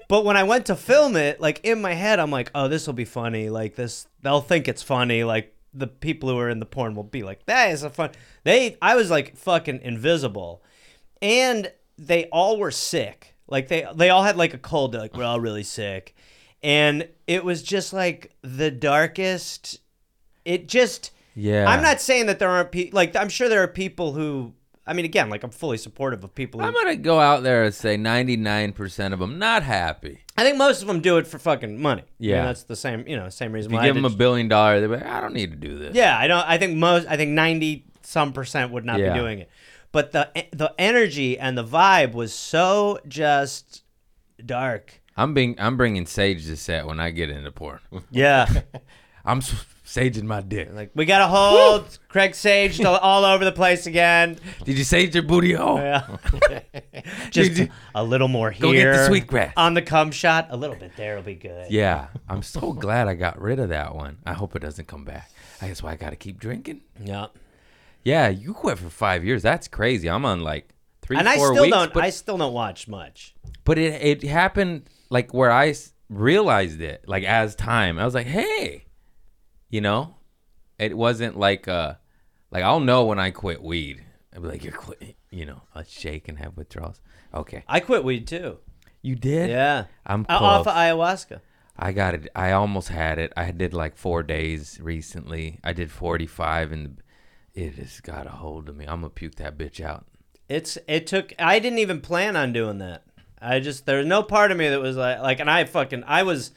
but when I went to film it, like in my head, I'm like, oh, this will be funny. Like this, they'll think it's funny. Like the people who are in the porn will be like, that is a fun. They, I was like fucking invisible, and they all were sick. Like they, they all had like a cold. They're like, we're all really sick, and it was just like the darkest. It just. Yeah. I'm not saying that there aren't people. Like I'm sure there are people who. I mean, again, like I'm fully supportive of people. Who, I'm gonna go out there and say 99% of them not happy. I think most of them do it for fucking money. I mean, Yeah. that's the same. You know, same reason. You why give I did them a billion dollars, they're like, I don't need to do this. Yeah, I don't. I think most. I think ninety some percent would not Yeah. be doing it. But the the energy and the vibe was so just dark. I'm being, I'm bringing Sage to set when I get into porn. Yeah, I'm s- saging my dick. like we gotta hold Craig Sage to- all over the place again. Did you sage your booty hole? Yeah, just Did you- a little more here. Go get the sweetgrass. on the cum shot. A little bit there will be good. Yeah, I'm so glad I got rid of that one. I hope it doesn't come back. I guess why I gotta keep drinking. yeah. Yeah, you quit for five years. That's crazy. I'm on like three, And I four still weeks. don't. but I still don't watch much. but it it happened like where I s- realized it like as time. I was like, hey, you know, it wasn't like uh like I'll know when I quit weed. I'd be like, you're quit, you know, I'll shake and have withdrawals. Okay, I quit weed too. you did. Yeah, I'm Uh, close. off of ayahuasca. I got it. I almost had it. I did like four days recently. I did 45, and it has got a hold of me. I'm gonna puke that bitch out. It's it took I didn't even plan on doing that. I just there was no part of me that was like like and I fucking I was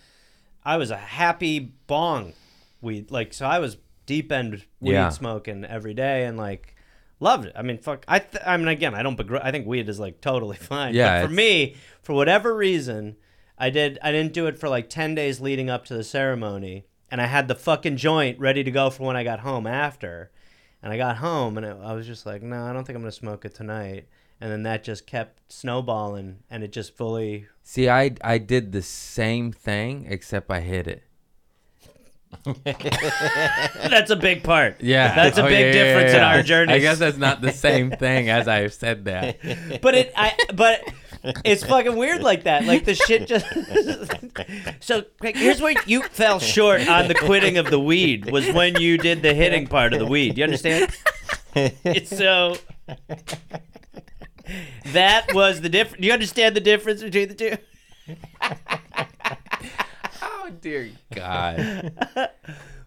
I was a happy bong weed like so I was deep end weed Yeah. smoking every day and like loved it. I mean fuck I th- I mean again I don't begr- I think weed is like totally fine. Yeah, But for it's- me for whatever reason I did I didn't do it for like 10 days leading up to the ceremony and I had the fucking joint ready to go for when I got home after And I got home and it, I was just like, no, I don't think I'm gonna smoke it tonight. And then that just kept snowballing, and it just fully. See, I I did the same thing except I hid it. That's a big part. Yeah, that's a Oh, big yeah, yeah, difference yeah, in yeah. our journey. I guess that's not the same thing as I have said that. but it I but it's fucking weird like that. Like the shit just So Craig, here's where you fell short on the quitting of the weed was when you did the hitting part of the weed. You understand? It's so that was the difference. Do you understand the difference between the two? Oh dear God.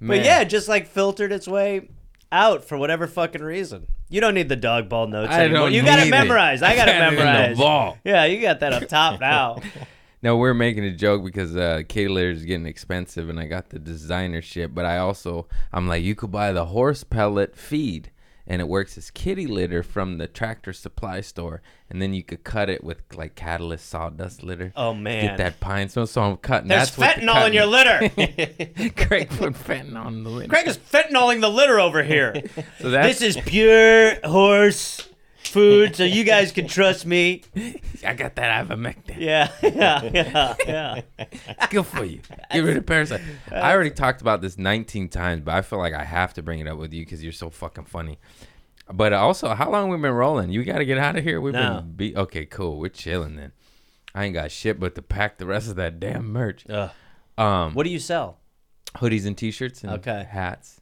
But yeah, it just like filtered its way out for whatever fucking reason. You don't need the dog ball notes I anymore. don't You gotta need it. memorize. I gotta Got it in the memorize. vault. Yeah, you got that up top now. No, we're making a joke because uh, kitty litter is getting expensive, and I got the designer shit. But I also, I'm like, you could buy the horse pellet feed, and it works as kitty litter from the tractor supply store, and then you could cut it with like catalyst sawdust litter. Oh Get man. that pine smell. So I'm cutting. There's That's what the fentanyl in your litter. cutting- Craig put fentanyl in the litter. Craig is fentanyling the litter over here. so that's, this is pure horse food, so you guys can trust me. I got that ivermectin. Yeah, yeah, yeah, yeah. It's good for you. Get rid of parasite. I already talked about this 19 times, but I feel like I have to bring it up with you because you're so fucking funny. But also, how long we been rolling? You got to get out of here. We've No. been be okay. Cool. We're chilling then. I ain't got shit but to pack the rest of that damn merch. Ugh. Um, What do you sell? hoodies and t-shirts and Okay. hats.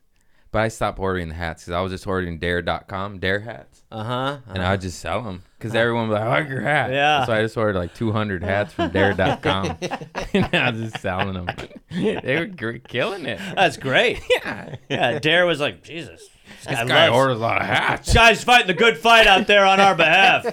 But I stopped ordering the hats because I was just ordering Dare.com Dare hats, Uh huh. and I would just sell them because everyone was like, "I like your hat." Uh-huh. Yeah. So I just ordered like 200 hats from Dare.com, and I was just selling them. they were gr- killing it. That's great. Yeah. Yeah, Dare was like, Jesus. This guy, This guy loves- orders a lot of hats. This guy's fighting the good fight out there on our behalf.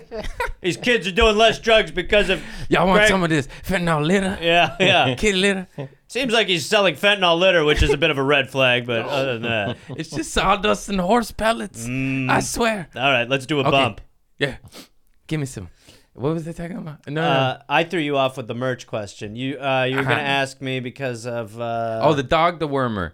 These kids are doing less drugs because of. Y'all want Craig- some of this fentanyl litter? Yeah, yeah. Kitty litter? Seems like he's selling fentanyl litter, which is a bit of a red flag, but other than that. It's just sawdust and horse pellets. Mm. I swear. All right, let's do a Okay. bump. Yeah. Give me some. What was they talking about? No. no, no. Uh, I threw you off with the merch question. You uh, you were Uh-huh. gonna ask me because of uh, oh, the dog, the wormer.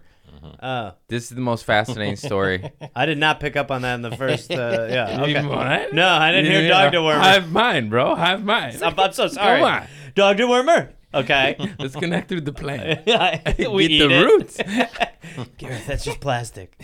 uh, This is the most fascinating story. I did not pick up on that in the first. Uh, yeah. You Okay. even want it? No, I didn't hear Yeah. dog to I wormer. have mine, bro. I have mine. I'm, I'm so sorry. Come on. Dog to wormer. Okay. Let's connect through the plant. we Get eat the it. roots. Gareth, that's just plastic.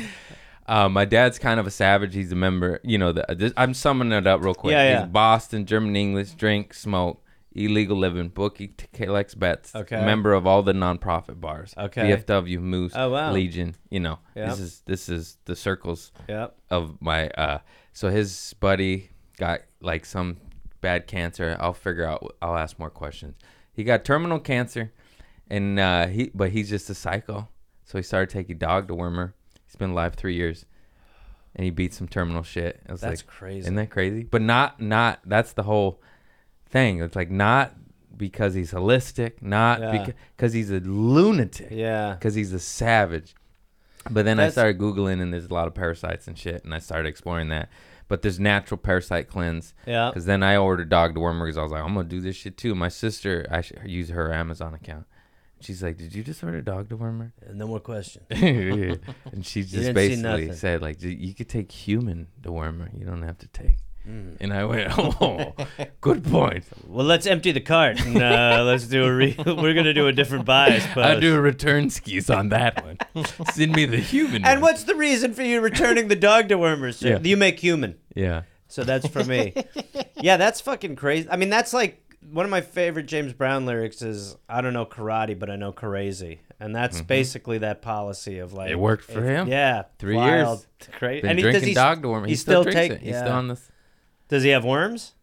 Uh, my dad's kind of a savage. He's a member. You know, the, uh, this, I'm summing it up real quick. Yeah, He's yeah. Boston, German English, drink, smoke, illegal living, bookie, t- collects bets. Okay. Member of all the nonprofit bars. Okay. BFW, Moose, Oh, wow. Legion. You know, Yep. this is this is the circles Yep. of my. uh So his buddy got like some bad cancer. I'll figure out. I'll ask more questions. He got terminal cancer, and uh he but he's just a psycho. So he started taking dog to Wormer. He's been alive three years, and he beat some terminal shit. I was That's like, crazy. Isn't that crazy? But not not that's the whole thing. It's like not because he's holistic, not Yeah. because he's a lunatic, Yeah. because he's a savage. But then I That's- started googling, and there's a lot of parasites and shit, and I started exploring that. But there's natural parasite cleanse. Yeah. Because then I ordered dog dewormer because I was like, I'm gonna do this shit too. My sister, I should use her Amazon account. She's like, Did you just order dog dewormer? No more questions. and she just didn't see basically nothing. said like "You- you could take human dewormer you don't have to take Mm. and i went oh good point Well, let's empty the cart and uh, let's do a. Re- we're gonna do a different bias. i post. do a return skis on that one send me the human And one. what's the reason for you returning the dog to wormers? sir? Yeah. You make human. yeah So that's for me. yeah, that's fucking crazy. I mean, that's like one of my favorite James Brown lyrics is I don't know karate, but I know crazy. And that's basically that policy of like Mm-hmm. It worked for him. Yeah. Three wild, Crazy. been And he, does drinking he dog dewormer he, he still, still drinks take- it he's yeah. still on this does he have worms?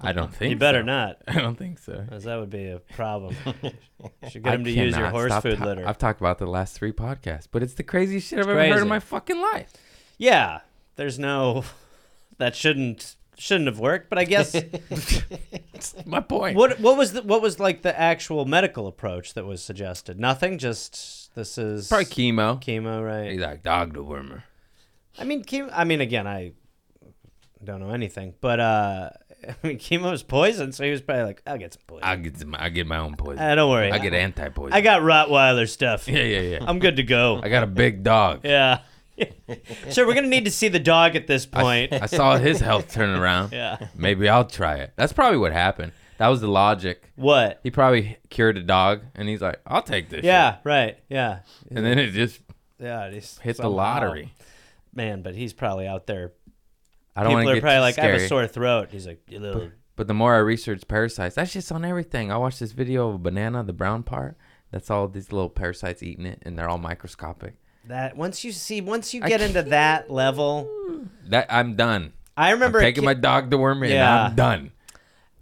i don't think You better so. not. i don't think so 'cause that would be a problem. Should get I him to use your cannot horse stop food ta- litter. I've talked about the last three podcasts, but it's the craziest shit I've ever heard crazy. in my fucking life. yeah. There's no that shouldn't shouldn't have worked, but I guess It's my point. what what was the, what was like the actual medical approach that was suggested? Nothing, just this is Probably chemo. chemo, right? He's like dog dewormer. I mean, chemo. I mean, again, I don't know anything, but uh, I mean, chemo's poison, so he was probably like, "I'll get some poison." I get some, I get my own poison. Ah, don't worry, I get anti poison. I got Rottweiler stuff. Yeah, yeah, yeah. I'm good to go. I got a big dog. yeah, Sure, we're gonna need to see the dog at this point. I saw his health turn around. yeah. Maybe I'll try it. That's probably what happened. That was the logic. What? He probably cured a dog, and he's like, "I'll take this." Yeah. Right. Yeah. shit. and then it just Yeah. He's hit the somehow- lottery. Man, but he's probably out there. I don't People want to are get probably too like, I have a scary, sore throat. He's like, you little. But the more I research parasites, that's just on everything. I watched this video of a banana, the brown part. That's all these little parasites eating it, and they're all microscopic. That once you see, once you I get into that level, That I'm done. I I'm remember a taking kid- my dog to worm it, and Yeah. I'm done.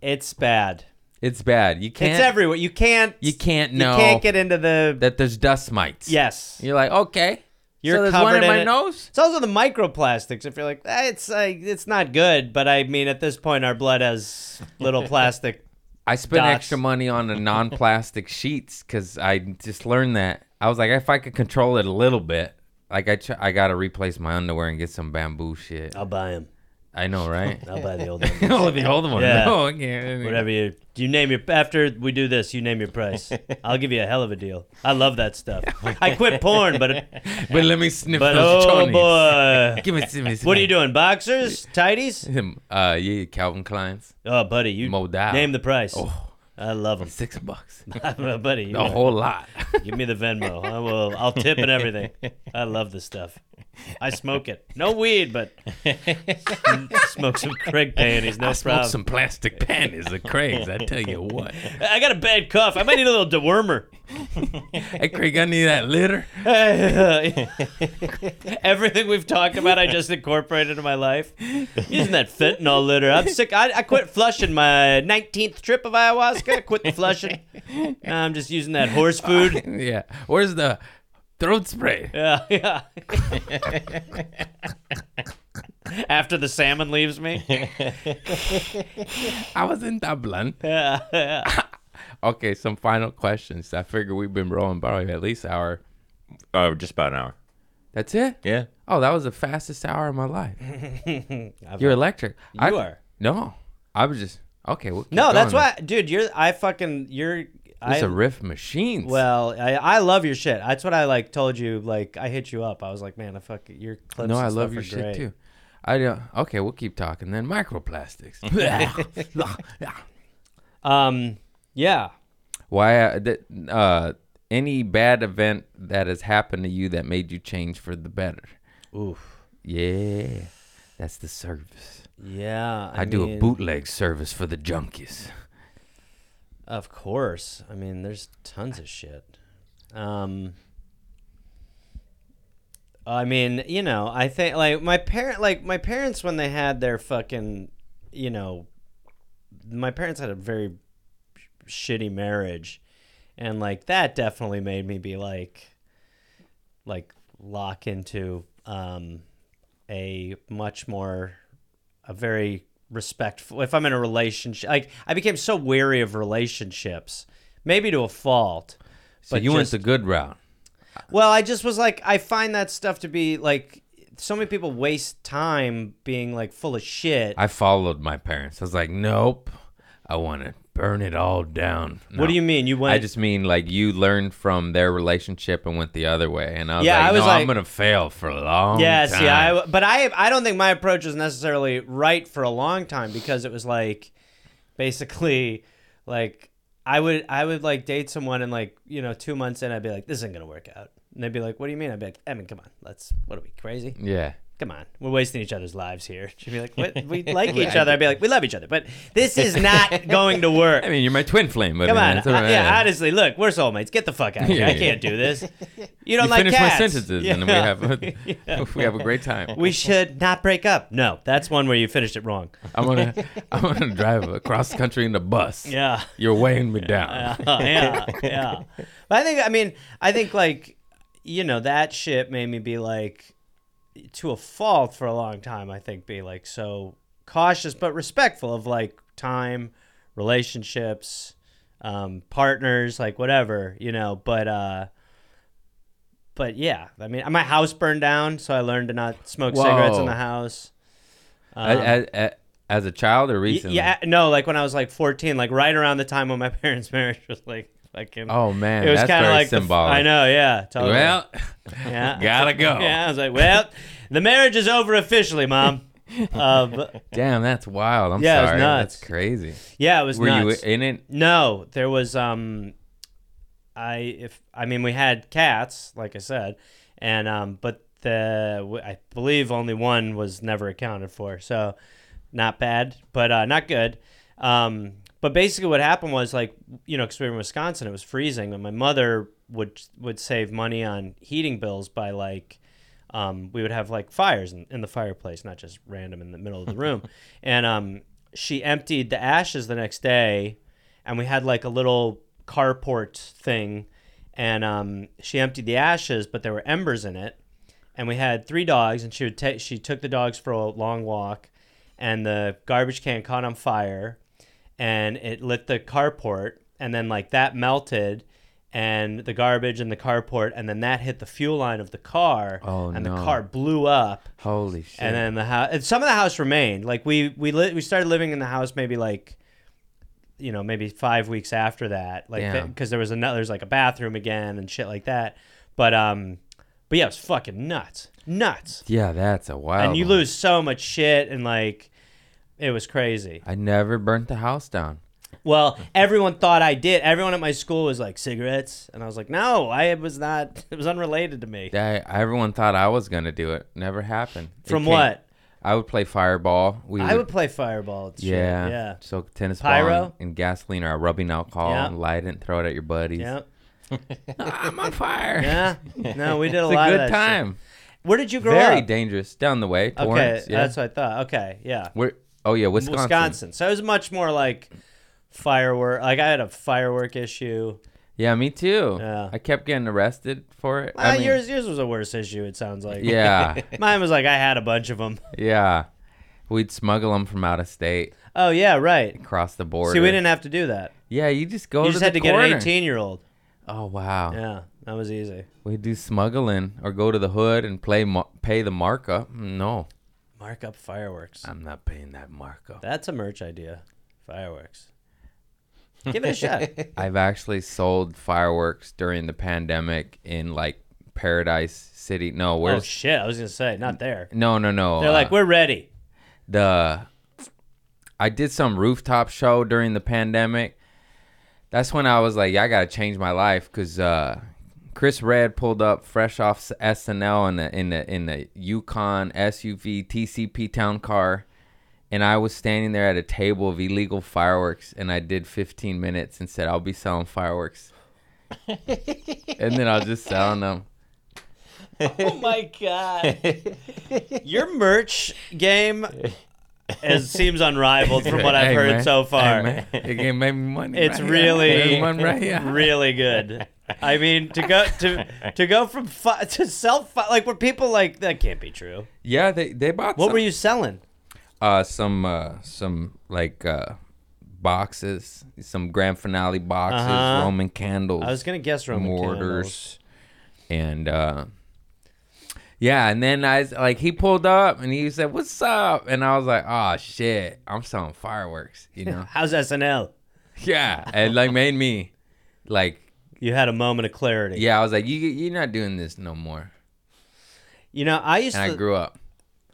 it's bad. It's bad. You can't. It's everywhere. You can't. you can't You know can't get into the. that there's dust mites. yes. You're like, okay. You're so there's one covered in, in my it. nose. It's also the microplastics. If you're like, "Ah, it's like it's not good, but I mean, at this point, our blood has little plastic. I spent Dots. extra money on the non-plastic sheets because I just learned that I was like, if I could control it a little bit, like I, tr- I gotta replace my underwear and get some bamboo shit. I'll buy him. I know, right? I'll buy the old one. oh, the old one. Yeah. No, I can't. Whatever you you name your after we do this, you name your price. I'll give you a hell of a deal. I love that stuff. I quit porn, but But let me sniff but those oh chonies. boy, Give me, give me. what are you doing? Boxers, tidies? doing? Uh, yeah, Calvin Klein's. Oh, buddy, you Mo Dow. name the price. Oh, I love them, six bucks. buddy. You, A whole lot. Give me the Venmo. I will. I'll tip and everything. I love this stuff. I smoke it. No weed, but smoke some Craig panties. No I smoked problem. some plastic panties of Craig's. I tell you what. I got a bad cough. I might need a little dewormer. Hey, Craig, I need that litter. Everything we've talked about, I just incorporated into my life. Using that fentanyl litter. I'm sick. I, I quit flushing my 19th trip of ayahuasca. I quit the flushing. Now I'm just using that horse food. yeah. Where's the throat spray? Yeah, yeah. After the salmon leaves me. I was in Dublin. Yeah, yeah. Okay, some final questions. I figure we've been rolling probably at least an hour. Oh, just about an hour. That's it. Yeah. Oh, that was the fastest hour of my life. You're electric. I, You are. No, I was just okay. Well, No, that's why, dude. You're. I fucking. You're. I, It's a riff machine. Well, I, I love your shit. That's what I like told you. Like I hit you up. I was like, man, I fuck your clips. no, and I stuff love are your shit great." too. I don't. Okay, we'll keep talking then. Microplastics. Um, yeah. why? Uh, th- uh, any bad event that has happened to you that made you change for the better? Oof. Yeah, that's the service. Yeah. I, do a mean, bootleg service for the junkies. Of course. I mean, there's tons of shit. Um. I mean, you know, I think like my parent, like my parents when they had their fucking, you know, my parents had a very shitty marriage and like that definitely made me be like like lock into um a much more a very respectful if i'm in a relationship like i became so weary of relationships maybe to a fault So But you went just- the good route. well, I just was like, I find that stuff to be like, so many people waste time being like full of shit. I followed my parents. I was like, nope, I want to burn it all down. What do No. you mean? You went? I just mean like you learned from their relationship and went the other way, and I was Yeah, like, I was no, I'm like- gonna fail for a long yes, time. yeah. I, but I, I don't think my approach was necessarily right for a long time because it was like, basically, like I would, I would like date someone and like you know two months in, I'd be like, this isn't gonna work out, and they'd be like, what do you mean? I'd be like, I mean, come on, let's, what are we crazy? yeah. come on, we're wasting each other's lives here. She'd be like, what? We like each other. I'd be like, we love each other, but this is not going to work. I mean, you're my twin flame, but Come I mean, on, it's I- all right. yeah. Honestly, look, we're soulmates. Get the fuck out of here. Yeah, I yeah. can't do this. You You don't like finish cats. my sentences, and then we Yeah. have a, Yeah. we have a great time. We should not break up. No, that's one where you finished it wrong. I'm gonna I'm gonna drive across the country in the bus. Yeah. Uh-huh. You're weighing me down. Uh, yeah, yeah. But I think I mean I think like you know that shit made me be like to a fault for a long time. I think be like so cautious but respectful of like time, relationships, um, partners, like whatever you know. But uh, but yeah, I mean my house burned down, so I learned to not smoke cigarettes in Whoa. the house. I- Um, I- I- as a child or Y- recently? Yeah, no, like when I was like 14, like right around the time when my parents' marriage was like Fucking, Oh man, it was that's kind very of like the f- symbolic. I know, yeah. Totally. Well, yeah, gotta go. Yeah, I was like, well, the marriage is over officially, mom. Uh, but- damn, that's wild. I'm Yeah, it was sorry. nuts. That's crazy. yeah, it was Were nuts. you in it? No, there was um I if I mean we had cats, like I said, and um but the w- I believe only one was never accounted for. So not bad, but uh not good. Um but basically what happened was like, you know, cuz we were in Wisconsin, it was freezing and my mother would would save money on heating bills by like um, we would have like fires in, in the fireplace, not just random in the middle of the room. and um, she emptied the ashes the next day, and we had like a little carport thing. And um, she emptied the ashes, but there were embers in it. And we had three dogs, and she would take. She took the dogs for a long walk, and the garbage can caught on fire, and it lit the carport, and then like that melted. And the garbage in the carport, and then that hit the fuel line of the car, Oh, and no. the car blew up Holy shit. and then the house and some of the house remained like we we li- we started living in the house maybe like you know maybe five weeks after that like Yeah. because there was another there's like a bathroom again and shit like that but um but yeah it was fucking nuts nuts yeah, that's a wild. and you one. lose so much shit and like it was crazy I never burnt the house down. well everyone thought i did everyone at my school was like cigarettes and i was like no i was not it was unrelated to me That everyone thought I was gonna do it. Never happened. It from came- what I would play fireball. We i would play fireball and shit. Yeah. yeah So tennis ball Pyro? and, and gasoline or rubbing alcohol Yeah. and light it and throw it at your buddies. yeah I'm on fire. Yeah. No, we did a It's a lot of good that shit. time. Where did you grow Very up? dangerous. Down the way. okay, Torrance. yeah. that's what I thought. Okay, yeah. Where- oh yeah, Wisconsin. Wisconsin. So it was much more like firework. Like I had a firework issue. Yeah, me too. Yeah. I kept getting arrested for it. Ah, I mean, yours yours was a worse issue. It sounds like. yeah, Mine was like I had a bunch of them. yeah. We'd smuggle them from out of state, Oh yeah, right. across the border. See, we didn't have to do that. Yeah, you just go You to just the had to get corner. an eighteen-year-old. Oh wow. Yeah, that was easy. We do smuggling or go to the hood and play mar- pay the markup. No, Mark up fireworks. I'm not paying that markup. That's a merch idea. Fireworks. Give it a shot. I've actually sold fireworks during the pandemic in like Paradise City. No, oh where's shit! I was gonna say not there. no no no. They're uh, like we're ready. the I did some rooftop show during the pandemic. That's when I was like, yeah, I gotta change my life because uh, Chris Red pulled up fresh off s- SNL in the in the in the Yukon SUV TCP town car, and I was standing there at a table of illegal fireworks, and I did 15 minutes and said, I'll be selling fireworks, and then I was just selling them. Oh my god. Your merch game is, seems unrivaled from what I've Hey, heard man. so far. Hey, man. It gave- made me money. It's right here. really- Made money right here. Really good. I mean, to go to to go from fi- to sell fi- like were people like that can't be true. Yeah, they they bought. What some- were you selling? uh some uh some like uh boxes some grand finale boxes Uh-huh. roman candles I was gonna guess Roman candles. mortars and uh yeah and then i was- like he pulled up and he said what's up and i was like oh shit i'm selling fireworks you know How's SNL? yeah and like made me like You had a moment of clarity. yeah i was like you you're not doing this no more You know, I used and i to grew up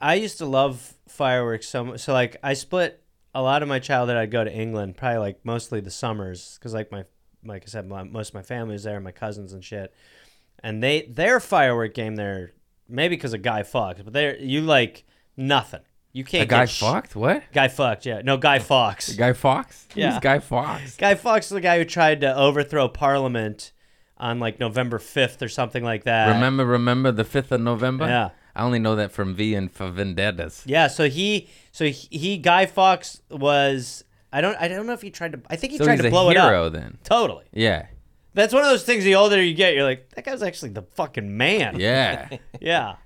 I used to love fireworks so much. So like I split a lot of my childhood. I'd go to England, probably like mostly the summers, because like my like I said, my, most of my family was there, my cousins and shit. And they their firework game there, maybe because of Guy Fox, but they you like nothing. You can't. a guy get sh- fucked what Guy fucked. Yeah. No, Guy Fox. guy fox Yeah. Who's guy fox Guy Fox is the guy who tried to overthrow Parliament on like November fifth or something like that. Remember, remember the fifth of November. Yeah. I only know that from V and for Vendettas. Yeah, so he so he, he Guy Fox was I don't I don't know if he tried to I think he So tried he's to a blow it hero up. then. Totally. Yeah, That's one of those things the older you get, you're like, that guy's actually the fucking man. yeah. Yeah.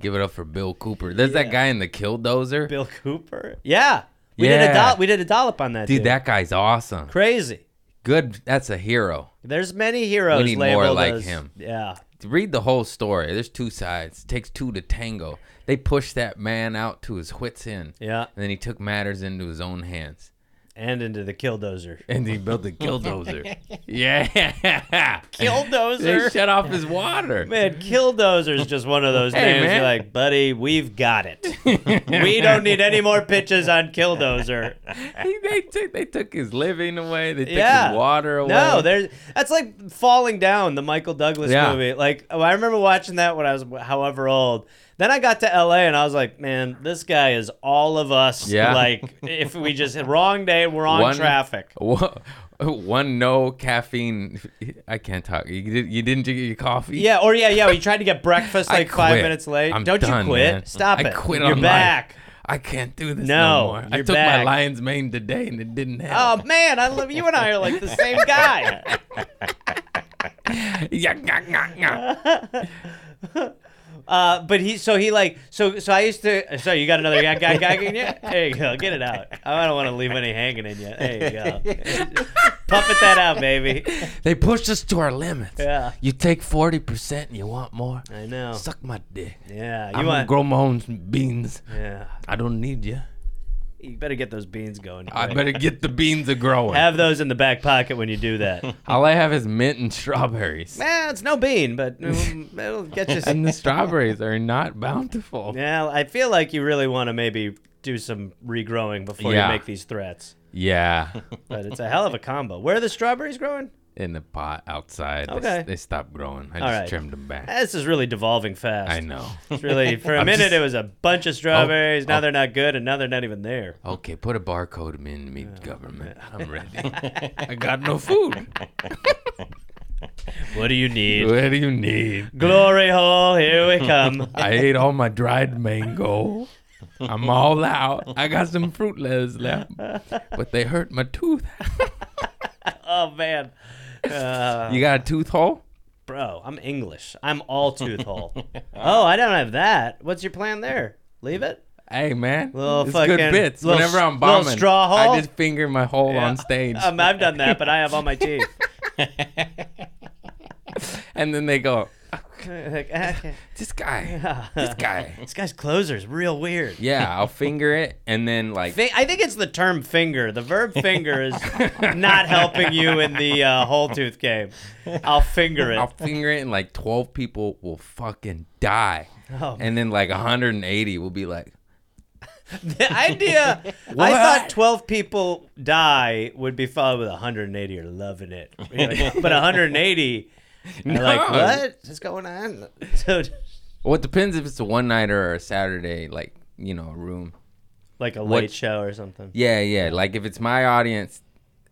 Give it up for Bill Cooper. There's that guy in the Killdozer. Bill Cooper. Yeah. We did a Yeah. doll we did a dollop on that. Dude, Dude, that guy's awesome. crazy. Good. That's a hero. There's many heroes We need more labeled like as- him. Yeah. Read the whole story. There's two sides. takes two to tango. They pushed that man out to his wits end, Yeah. and then he took matters into his own hands. and into the killdozer. and he built a killdozer. yeah, They Killdozer. shut off his water. Man, Killdozer is just one of those Hey, names. man. You're like, buddy, we've got it. we don't need any more pitches on Killdozer. He- they took they took his living away. They took Yeah. his water away. No, there's that's like falling down the Michael Douglas Yeah. movie. Like oh, I remember watching that when I was however old. Then I got to LA and I was like, man, this guy is all of us. Yeah. Like if we just wrong day, we're on One- traffic. Wha- one no caffeine. I can't talk. You, did, you didn't get your coffee. Yeah, or yeah, yeah. We tried to get breakfast I like five quit. minutes late. I'm Don't done, you quit? man. Stop I it. quit You're on life. back. I can't do this No, no, more. I you're took my back. lion's mane today and it didn't help. Oh man, I love you and I are like the same guy. Yeah, nyah, nyah, nyah. Uh, but he, so he like, so so I used to. So you got another guy, guy, guy in you? There you go, get it out. I don't want to leave any hanging in you. There you go, puppet that out, baby. They pushed us to our limits. Yeah. You take forty percent and you want more. I know. Suck my dick. Yeah, you I'm gonna want? grow my own beans. yeah, I don't need you. you better get those beans going. I quick. better get the beans a growing. have those in the back pocket when you do that. All I have is mint and strawberries. Eh, it's no bean, but um, it'll get you. and Some, the strawberries are not bountiful. yeah, I feel like you really want to maybe do some regrowing before Yeah. you make these threats. Yeah, But it's a hell of a combo. Where are the strawberries growing? in the pot outside. They- Okay. They, stopped growing. I All just right. trimmed them back. This is really devolving fast. I know. It's really for a I'm minute just- it was a bunch of strawberries. now oh. they're not good, and now they're not even there. Okay, put a barcode in me, government. I'm ready. I got no food. What do you need? What do you need? Glory hole, here we come. I ate all my dried mango. I'm all out. I got some fruit leathers left, but they hurt my tooth. oh man, uh, You got a tooth hole? bro, I'm English. I'm all tooth hole. oh, I don't have that. What's your plan there? Leave it. Hey man, Little it's fucking- good bits. little Whenever s- I'm little bombing, straw hole? I just finger my hole on stage, Um, I've done that, but I have all my teeth. and then they go, Like, okay. "This guy, this guy." This guy's closer is real weird. Yeah, I'll finger it, and then like, Fi- I think it's the term finger. The verb finger is not helping you in the uh, whole tooth game. I'll finger it. I'll finger it, and like twelve people will fucking die, Oh. and then like 180 will be like, The idea. I What? thought 12 people die would be followed with 180 are loving it. You know, but 180, are No. like, what is going on? So, "Well, it depends if it's a one nighter or a Saturday, like you know, a room." like a late What- show or something. Yeah, yeah. Like if it's my audience,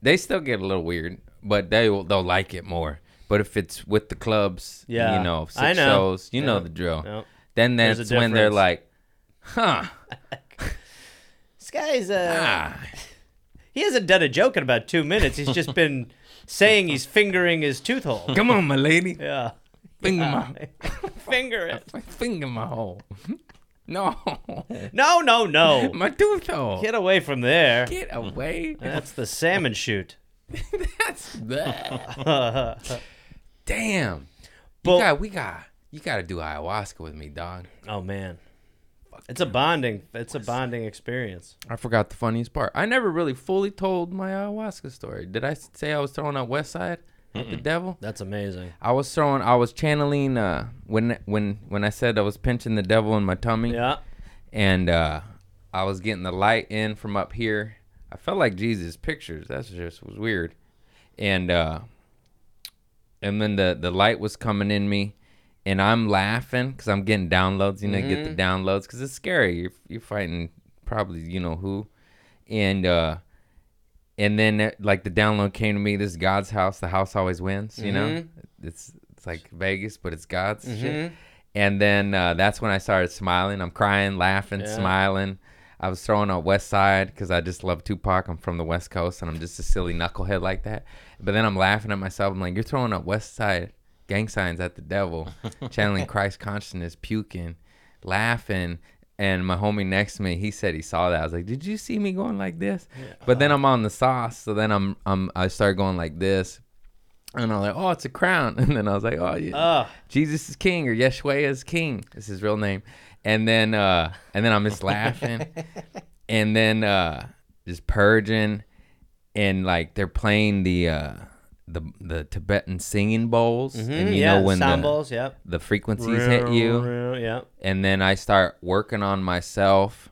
they still get a little weird, but they will, they'll like it more. But if it's with the clubs, Yeah, you know, six I know. shows, you know Yeah. the drill. No. Then There's that's a when they're difference. like, "Huh? This guy's, uh, Ah, he hasn't done a joke in about two minutes. He's just been saying he's fingering his tooth hole. come on, my lady, Yeah. uh, finger my Finger it. finger my hole." No, No, no, no. my tooth hole. Get away from there. Get away. That's the salmon shoot. That's that. Damn. But- you got we got you gotta do ayahuasca with me, dog. Oh, man. It's a bonding. It's a bonding experience. I forgot the funniest part. I never really fully told my ayahuasca story. Did I say I was throwing out West Side with the devil? That's amazing. I was throwing I was channeling uh when when when I said I was pinching the devil in my tummy Yeah. and uh I was getting the light in from up here. I felt like Jesus pictures. That's just was weird. And uh and then the the light was coming in me and I'm laughing cuz I'm getting downloads, you know, get the downloads cuz it's scary. You're you're fighting probably you know who. And uh and then uh, like the download came to me this is god's house the house always wins you know it's it's like vegas but it's god's shit and then uh, that's when i started smiling i'm crying laughing Yeah. smiling i was throwing out west side because i just love tupac i'm from the west coast and i'm just a silly knucklehead like that but then i'm laughing at myself i'm like you're throwing out west side gang signs at the devil channeling christ consciousness puking laughing and my homie next to me he said he saw that i was like did you see me going like this but then i'm on the sauce so then i'm, I'm i start going like this and i'm like oh it's a crown and then i was like oh yeah Oh, jesus is king or yeshua is king is his real name and then uh and then i'm just laughing and then uh just purging and like they're playing the uh the the Tibetan singing bowls, and you Mm-hmm. yeah, know when the sound bowls, yep. the frequencies hit you, Yep. and then I start working on myself.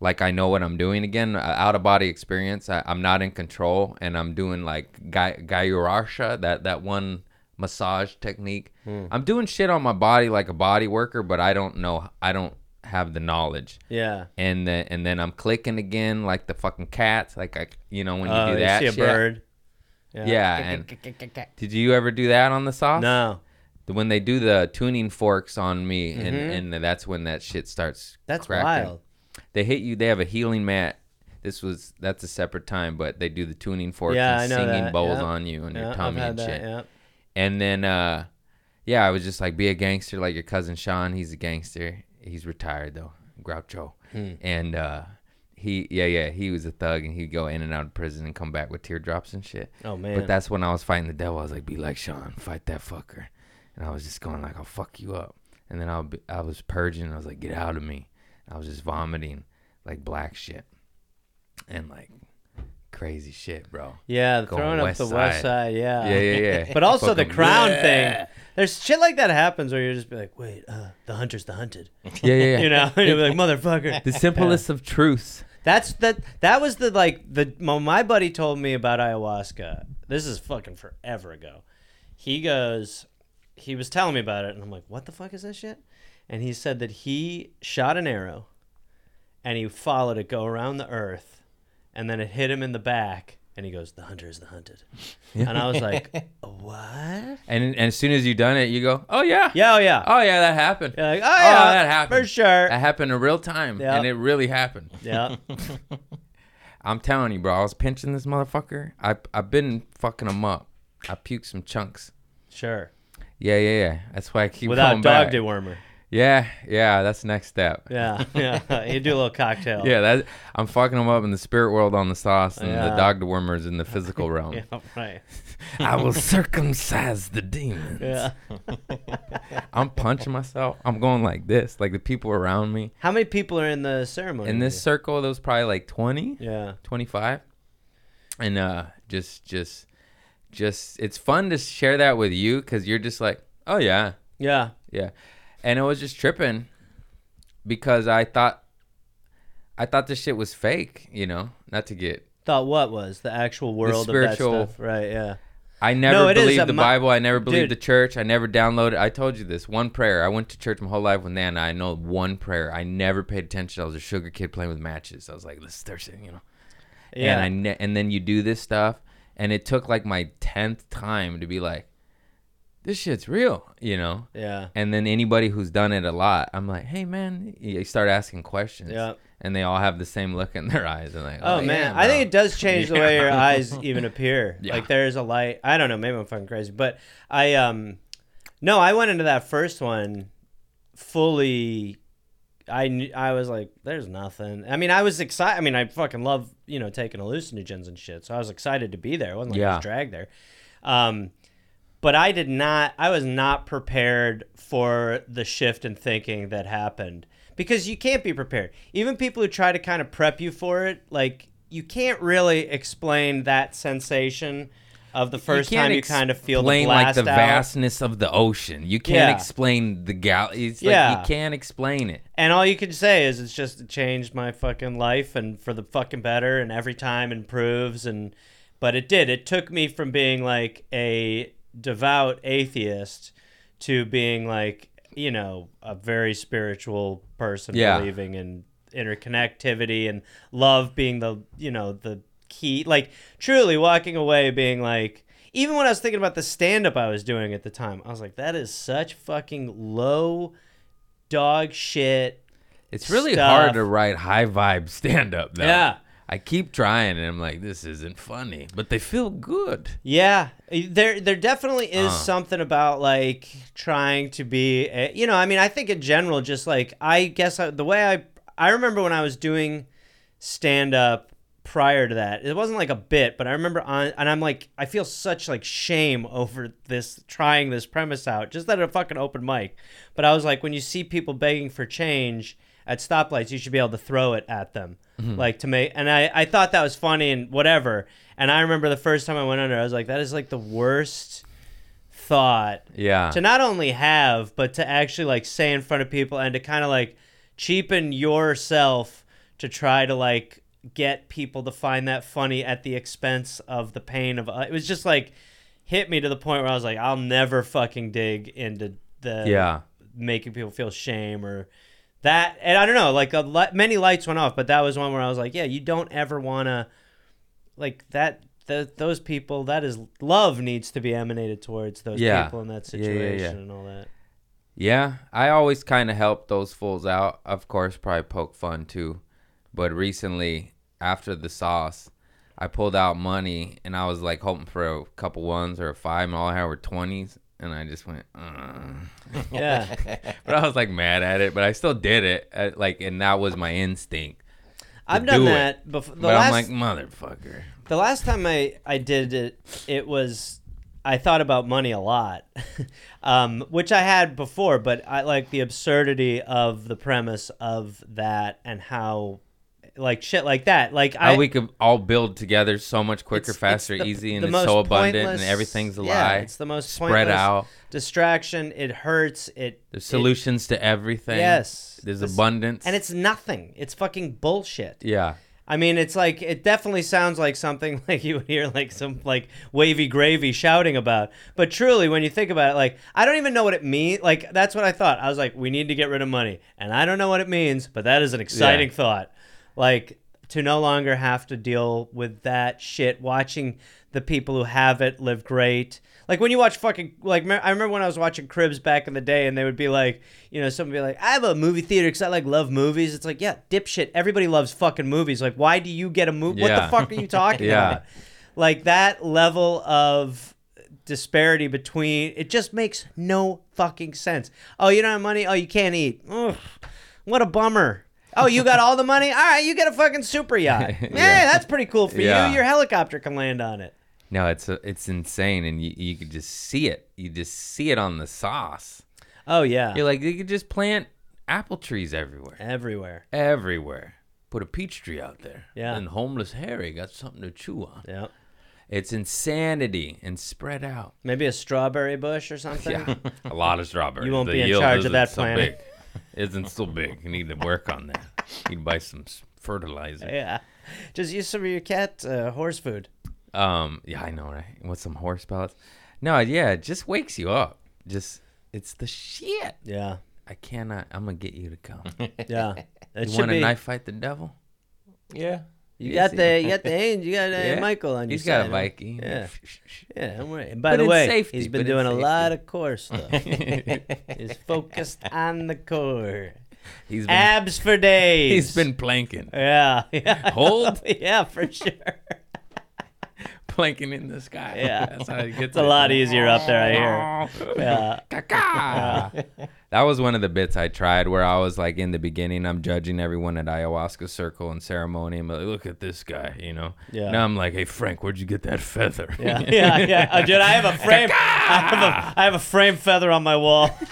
Like I know what I'm doing again, out of body experience. I, I'm not in control, and I'm doing like gai- Gayurasha, that that one massage technique. Hmm. I'm doing shit on my body like a body worker, but I don't know. I don't have the knowledge Yeah. and then and then I'm clicking again like the fucking cats, like I, you know when you Oh, do that. you see shit. a bird. Yeah. And did you ever do that on the sauce? No, When they do the tuning forks on me, and and that's when that shit starts. Mm-hmm. that's cracking. wild. They hit you. They have a healing mat. This was that's a separate time, but they do the tuning forks Yeah, and I know singing that. bowls Yeah. on you and Yeah, your I've tummy had and that, shit. yeah. And then uh yeah, I was just like be a gangster like your cousin Sean, he's a gangster. He's retired though, Groucho. Hmm. And uh he yeah, yeah, he was a thug and he'd go in and out of prison and come back with teardrops and shit. Oh, man. But that's when I was fighting the devil. I was like, be like Sean, fight that fucker. And I was just going like, I'll fuck you up. And then I'll be, I was purging. I was like, get out of me. I was just vomiting like black shit and like crazy shit, bro. Yeah, Going throwing up west the west side. side. Yeah. Yeah, yeah, yeah. Uh, But also the Fucking crown bleh. thing. There's shit like that happens where you're just be like, wait, uh, the hunter's the hunted. Yeah, yeah, yeah. You know, you're like motherfucker. The simplest of truths. That's that. That was the like the my, my buddy told me about ayahuasca. This is fucking forever ago. He goes, he was telling me about it, and I'm like, what the fuck is this shit? And he said that he shot an arrow, and he followed it go around the earth, and then it hit him in the back, and he goes, the hunter is the hunted. And I was like, what? And, and as soon as you done it, you go, oh yeah, Yeah, oh yeah. oh yeah, that happened. You're like, oh, yeah, that happened for sure. That happened in real time, Yeah. and it really happened. Yeah, I'm telling you, bro. I was pinching this motherfucker. I I've been fucking him up. I puked some chunks. sure. Yeah, yeah, yeah. That's why I keep Without coming dog back. dewormer. Yeah, yeah. That's the next step. Yeah. Yeah, yeah. You do a little cocktail. that I'm fucking him up in the spirit world on the sauce, and Yeah. the dog dewormers in the physical realm. Yeah, right. I will circumcise the demons. Yeah. I'm punching myself. I'm going like this, like the people around me. How many people are in the ceremony? in with this circle there was probably like 20 you? Yeah. 25 and uh just just just it's fun to share that with you because you're just like oh yeah Yeah. yeah and it was just tripping because i thought i thought this shit was fake you know not to get Thought what was the actual world spiritual- of that stuff? Right. Yeah. i never it is believed a the mi- bible i never believed Dude. the church i never downloaded i told you this one prayer i went to church my whole life with nana i know one prayer i never paid attention i was a sugar kid playing with matches i was like this is thursday you know Yeah. and I ne- and then you do this stuff, and it took like my tenth time to be like, this shit's real, you know. yeah. And then anybody who's done it a lot, I'm like, hey man, you start asking questions, Yeah. and they all have the same look in their eyes, and like, Oh, man, I think it does change the way your eyes even appear. Yeah. Like there's a light. I don't know. Maybe I'm fucking crazy, but I um, no, I went into that first one fully. I kn- I was like, there's nothing. I mean, I was excited. I mean, I fucking love you know taking hallucinogens and shit. So I was excited to be there. I wasn't like I Yeah. was dragged there. Um, but I did not. I was not prepared for the shift in thinking that happened because you can't be prepared. Even people who try to kind of prep you for it, like you can't really explain that sensation of the first time you kind of feel the explain, like blast the out. vastness of the ocean. You can't Yeah. explain the gal. It's like Yeah. you can't explain it. And all you can say is it's just it changed my fucking life and for the fucking better and every time improves and but it did. It took me from being like a devout atheist to being like, you know, a very spiritual person Yeah. believing in interconnectivity and love being the, you know, the key like truly walking away being like even when I was thinking about the stand up I was doing at the time, I was like, that is such fucking low dog shit. It's really stuff. hard to write high vibe stand up though. Yeah. I keep trying and I'm like, this isn't funny. But they feel good. Yeah, there there definitely is something about like trying to be, a, you know. I mean, I think in general, uh, just like I guess I, the way I I remember when I was doing stand up prior to that. It wasn't like a bit, but I remember on, and I'm like, I feel such like shame over this trying this premise out, just at a fucking open mic. But I was like, when you see people begging for change at stoplights, you should be able to throw it at them, like to make. And I, I thought that was funny and whatever. And I remember the first time I went under, I was like, that is like the worst thought Yeah. to not only have but to actually like say in front of people and to kind of like cheapen yourself to try to like get people to find that funny at the expense of the pain of uh, it was just like hit me to the point where I was like I'll never fucking dig into the yeah. making people feel shame or that and I don't know like a li- many lights went off but that was one where I was like yeah you don't ever want to like that th- those people that is love needs to be emanated towards those Yeah. people in that Yeah, yeah, situation yeah. and all that Yeah, I always kind of help those fools out. Of course, probably poke fun too. But recently, after the sauce, I pulled out money and I was like hoping for a couple ones or a five, and all I had were 20s. And I just went, "Uh, "Ugh." yeah but I was like mad at it, but I still did it. I, like, and that was my instinct. I've to done do it. that before the but last I'm like, motherfucker. The last time I, I did it, it was I thought about money a lot, um, which I had before, but I like the absurdity of the premise of that and how, like shit like that. Like How I we could all build together so much quicker, it's- faster, it's the- easy, and the it's most so abundant, and pointless- everything's a yeah, lie. It's the most Spread pointless out. distraction. It hurts. It There's it- solutions to everything. yes, There's This- abundance. and it's nothing. It's fucking bullshit. yeah. I mean, it's like it definitely sounds like something like you would hear like some like wavy gravy shouting about. But truly, when you think about it, like I don't even know what it means. Like that's what I thought. I was like, we need to get rid of money, and I don't know what it means, but that is an exciting thought. Like to no longer have to deal with that shit. Watching the people who have it live great. Like when you watch fucking like me- I remember when I was watching Cribs back in the day, and they would be like, you know, someone would be like, I have a movie theater because I like love movies. It's like, yeah, dipshit. Everybody loves fucking movies. Like, why do you get a movie? What Yeah. the fuck are you talking Yeah. about? Like that level of disparity between it just makes no fucking sense. Oh, you don't have money. Oh, you can't eat. Ugh, what a bummer. Oh, you got all the money? All right, you get a fucking super yacht. Yeah, that's pretty cool for Yeah. you. Your helicopter can land on it. No, it's it's insane, and you you could just see it. You just see it on the sauce. Oh yeah. You're like you could just plant apple trees everywhere, everywhere. everywhere. Put a peach tree out there. Yeah. And homeless Harry got something to chew on. Yeah. It's insanity and spread out. Maybe a strawberry bush or something. Yeah. a lot of strawberries. You won't The be in yield charge of isn't that so planet. big. Isn't so big. You need to work on that. You need to buy some s- fertilizer. Yeah. Just use some of your cat uh, horse food. Um, yeah, I know, right? With some horse pellets. No, yeah, it just wakes you up. Just it's the shit. Yeah. I cannot. I'm gonna get you to come. Yeah. It you should want be. to knife fight the devil? Yeah. You got the you got the angel. You got uh, Yeah. Michael on He's got your side, a huh? Viking. Yeah. Yeah, don't worry. And by But the in way, safety, he's been but in doing a safety. lot of core stuff. he's focused on the core. He's been Abs for days. he's been planking, yeah, yeah. Hold. yeah, for sure. planking in the sky. Yeah. that's how he gets. It's a lot easier up there, I hear. Yeah, That was one of the bits I tried where I was like, in the beginning, I'm judging everyone at ayahuasca circle and ceremony. I'm like, look at this guy, you know? Yeah. Now I'm like, hey, Frank, where'd you get that feather? yeah, yeah, yeah. Oh, dude, I have a frame. I have a, I have a frame feather on my wall.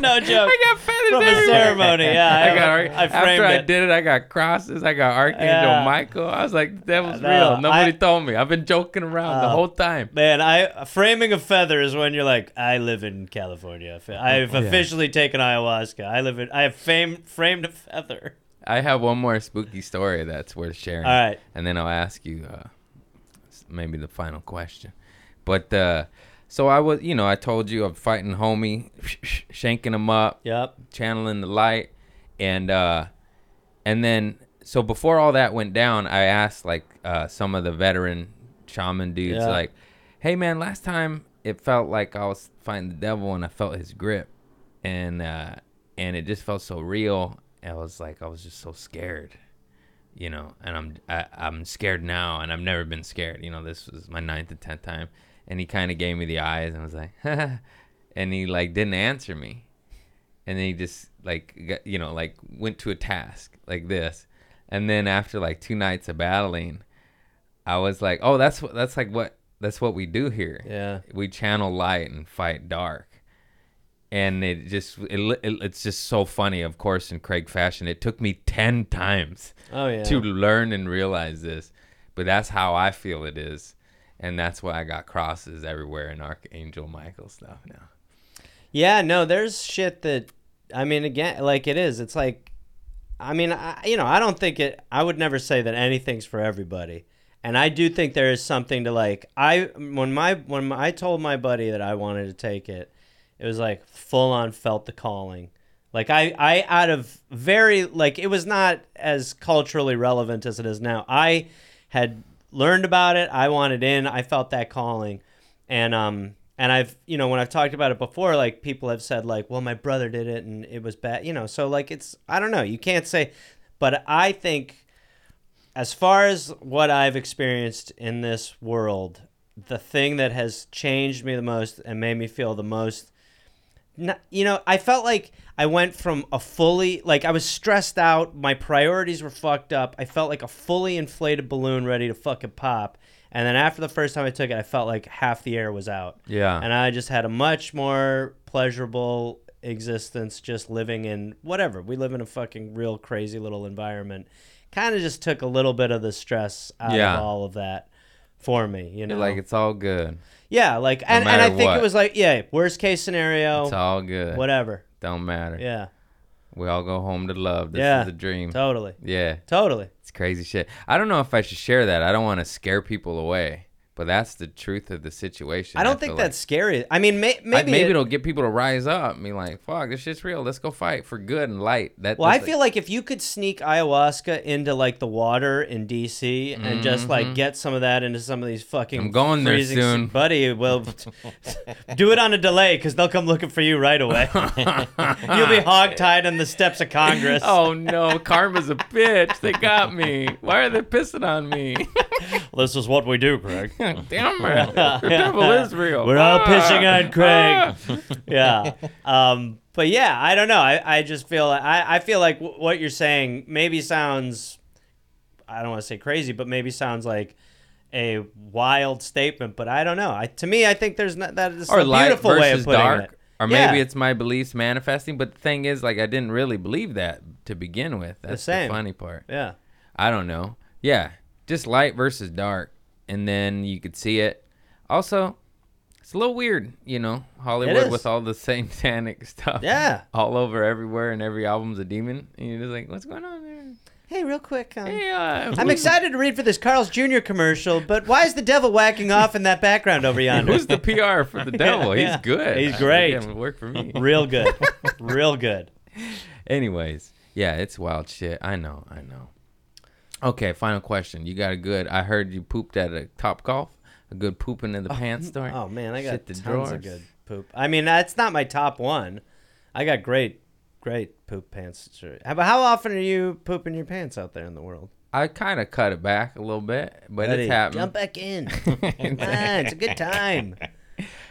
no joke. I got feathers From a everywhere. ceremony. Yeah, I got. I, I framed after I it. did it, I got crosses. I got Archangel Yeah. Michael. I was like, that was know. real. Nobody I- told me. I've been joking around the Oh. whole time. Man, I framing a feather is when you're like, I live in California. I've officially taken ayahuasca. I live in. I have fame, framed a feather. I have one more spooky story that's worth sharing. All right. and then I'll ask you uh, s- maybe the final question. But uh, so I was, you know, I told you I'm fighting homie, shanking him up, Yep. channeling the light, and uh, and then so before all that went down, I asked like uh, some of the veteran shaman dudes, Yeah. like, "Hey man, last time it felt like I was fighting the devil and I felt his grip, and uh, and it just felt so real. I was like, I was just so scared." you know, and I'm I, I'm scared now, and I've never been scared. You know, this was my ninth and tenth time, and he kind of gave me the eyes and was like, and he like didn't answer me, and then he just like got, you know like went to a task like this, And then after like two nights of battling, I was like, oh, that's what that's like what that's what we do here. Yeah. We channel light and fight dark. And it just it, li- it, it's just so funny, of course, in Craig fashion. It took me 10 times Oh yeah. to learn and realize this, but that's how I feel it is. And that's why I got crosses everywhere and Archangel Michael stuff now. Yeah, no, there's shit that I mean again like it is. It's like I mean, I, you know, I don't think it I would never say that anything's for everybody. And I do think there is something to like I when my when my, I told my buddy that I wanted to take it, it was like full on felt the calling. Like I I out of very like it was not as culturally relevant as it is now. I had learned about it. I wanted in. I felt that calling and um and I've you know when I've talked about it before, like people have said like, well, my brother did it and it was bad, you know. So like it's I don't know, you can't say, but I think as far as what I've experienced in this world, the thing that has changed me the most and made me feel the most n- you know, I felt like I went from a fully like I was stressed out, my priorities were fucked up. I felt like a fully inflated balloon ready to fucking pop. And then after the first time I took it, I felt like half the air was out. Yeah. And I just had a much more pleasurable existence just living in whatever. We live in a fucking real crazy little environment. Kind of just took a little bit of the stress out Yeah. of all of that for me, you know. Like it's all good. yeah, like and, and I matter think what. it was like, yeah, worst case scenario, It's all good. whatever. Don't matter. Yeah. We all go home to love. This Yeah. is the dream. Totally. Yeah. Totally. It's crazy shit. I don't know if I should share that. I don't want to scare people away, but that's the truth of the situation. I don't feel think like. that's scary. I mean, may, I- maybe. maybe, it- it'll get people to rise up and be like, "Fuck, this shit's real. Let's go fight for good and light." That well, I that's like- feel like if you could sneak ayahuasca into like the water in DC and just like get some of that into some of these fucking. Mm-hmm. I'm going there freezing- soon. buddy. Well, do it on a delay because they'll come looking for you right away. You'll be hogtied on the steps of Congress. Oh no, karma's a bitch. They got me. Why are they pissing on me? this is what we do, Craig. Damn it. The devil is real. We're all pissing on Ah. Craig. yeah. Um, but yeah, I don't know. I, I just feel I, I feel like w- what you're saying maybe sounds I don't want to say crazy, but maybe sounds like a wild statement. But I don't know. I, to me, I think there's not, that is Or a light beautiful way of versus putting dark. it. Or maybe Yeah. it's my beliefs manifesting, but the thing is, like, I didn't really believe that to begin with. That's the, same. funny part. Yeah. I don't know. Yeah, just light versus dark, and then you could see it. Also, it's a little weird, you know, Hollywood is. with all the satanic stuff. Yeah. all over everywhere, and every album's a demon, and you're just like, what's going on there? Hey, real quick. Um, Hey, uh, I'm excited to read for this Carl's Jr. commercial, but why is the devil whacking off in that background over yonder? Who's the PR for the devil? yeah. He's good. He's Uh, great. yeah, it worked for me. Real good. Real good. Anyways, yeah, it's wild shit. I know, I know. Okay, final question. You got a good? I heard you pooped at a top golf. A good pooping in the pants story. Oh man, I got Shit the tons drawers. of good poop. I mean, that's not my top one. I got great, great poop pants. Sure. How- But how often are you pooping your pants out there in the world? I kind of cut it back a little bit, but Buddy, it's happened. Jump back in. Come on, it's a good time.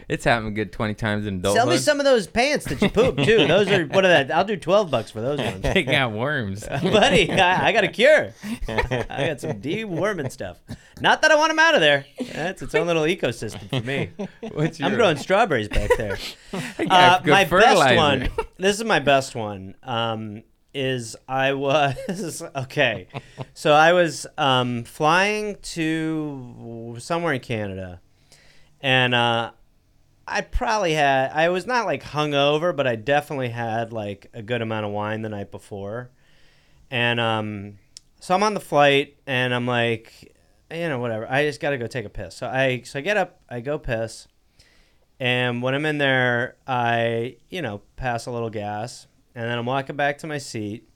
It's happened a good twenty times in adulthood. Sell me some of those pants that you poop too. Those are what are that? I'll do twelve bucks for those ones, They got worms. buddy. I, I got a cure. I got some deworming stuff. Not that I want them out of there. That's its own little ecosystem for me. What's I'm your- growing strawberries back there. I got Uh, good my fertilizer. best one. This is my best one. Um, is I was okay. So I was um, flying to somewhere in Canada, and uh, I probably had. I was not like hungover, but I definitely had like a good amount of wine the night before, and um, so I'm on the flight, and I'm like, you know, whatever. I just gotta go take a piss. So I so I get up, I go piss. And when I'm in there, I, you know, pass a little gas. And then I'm walking back to my seat.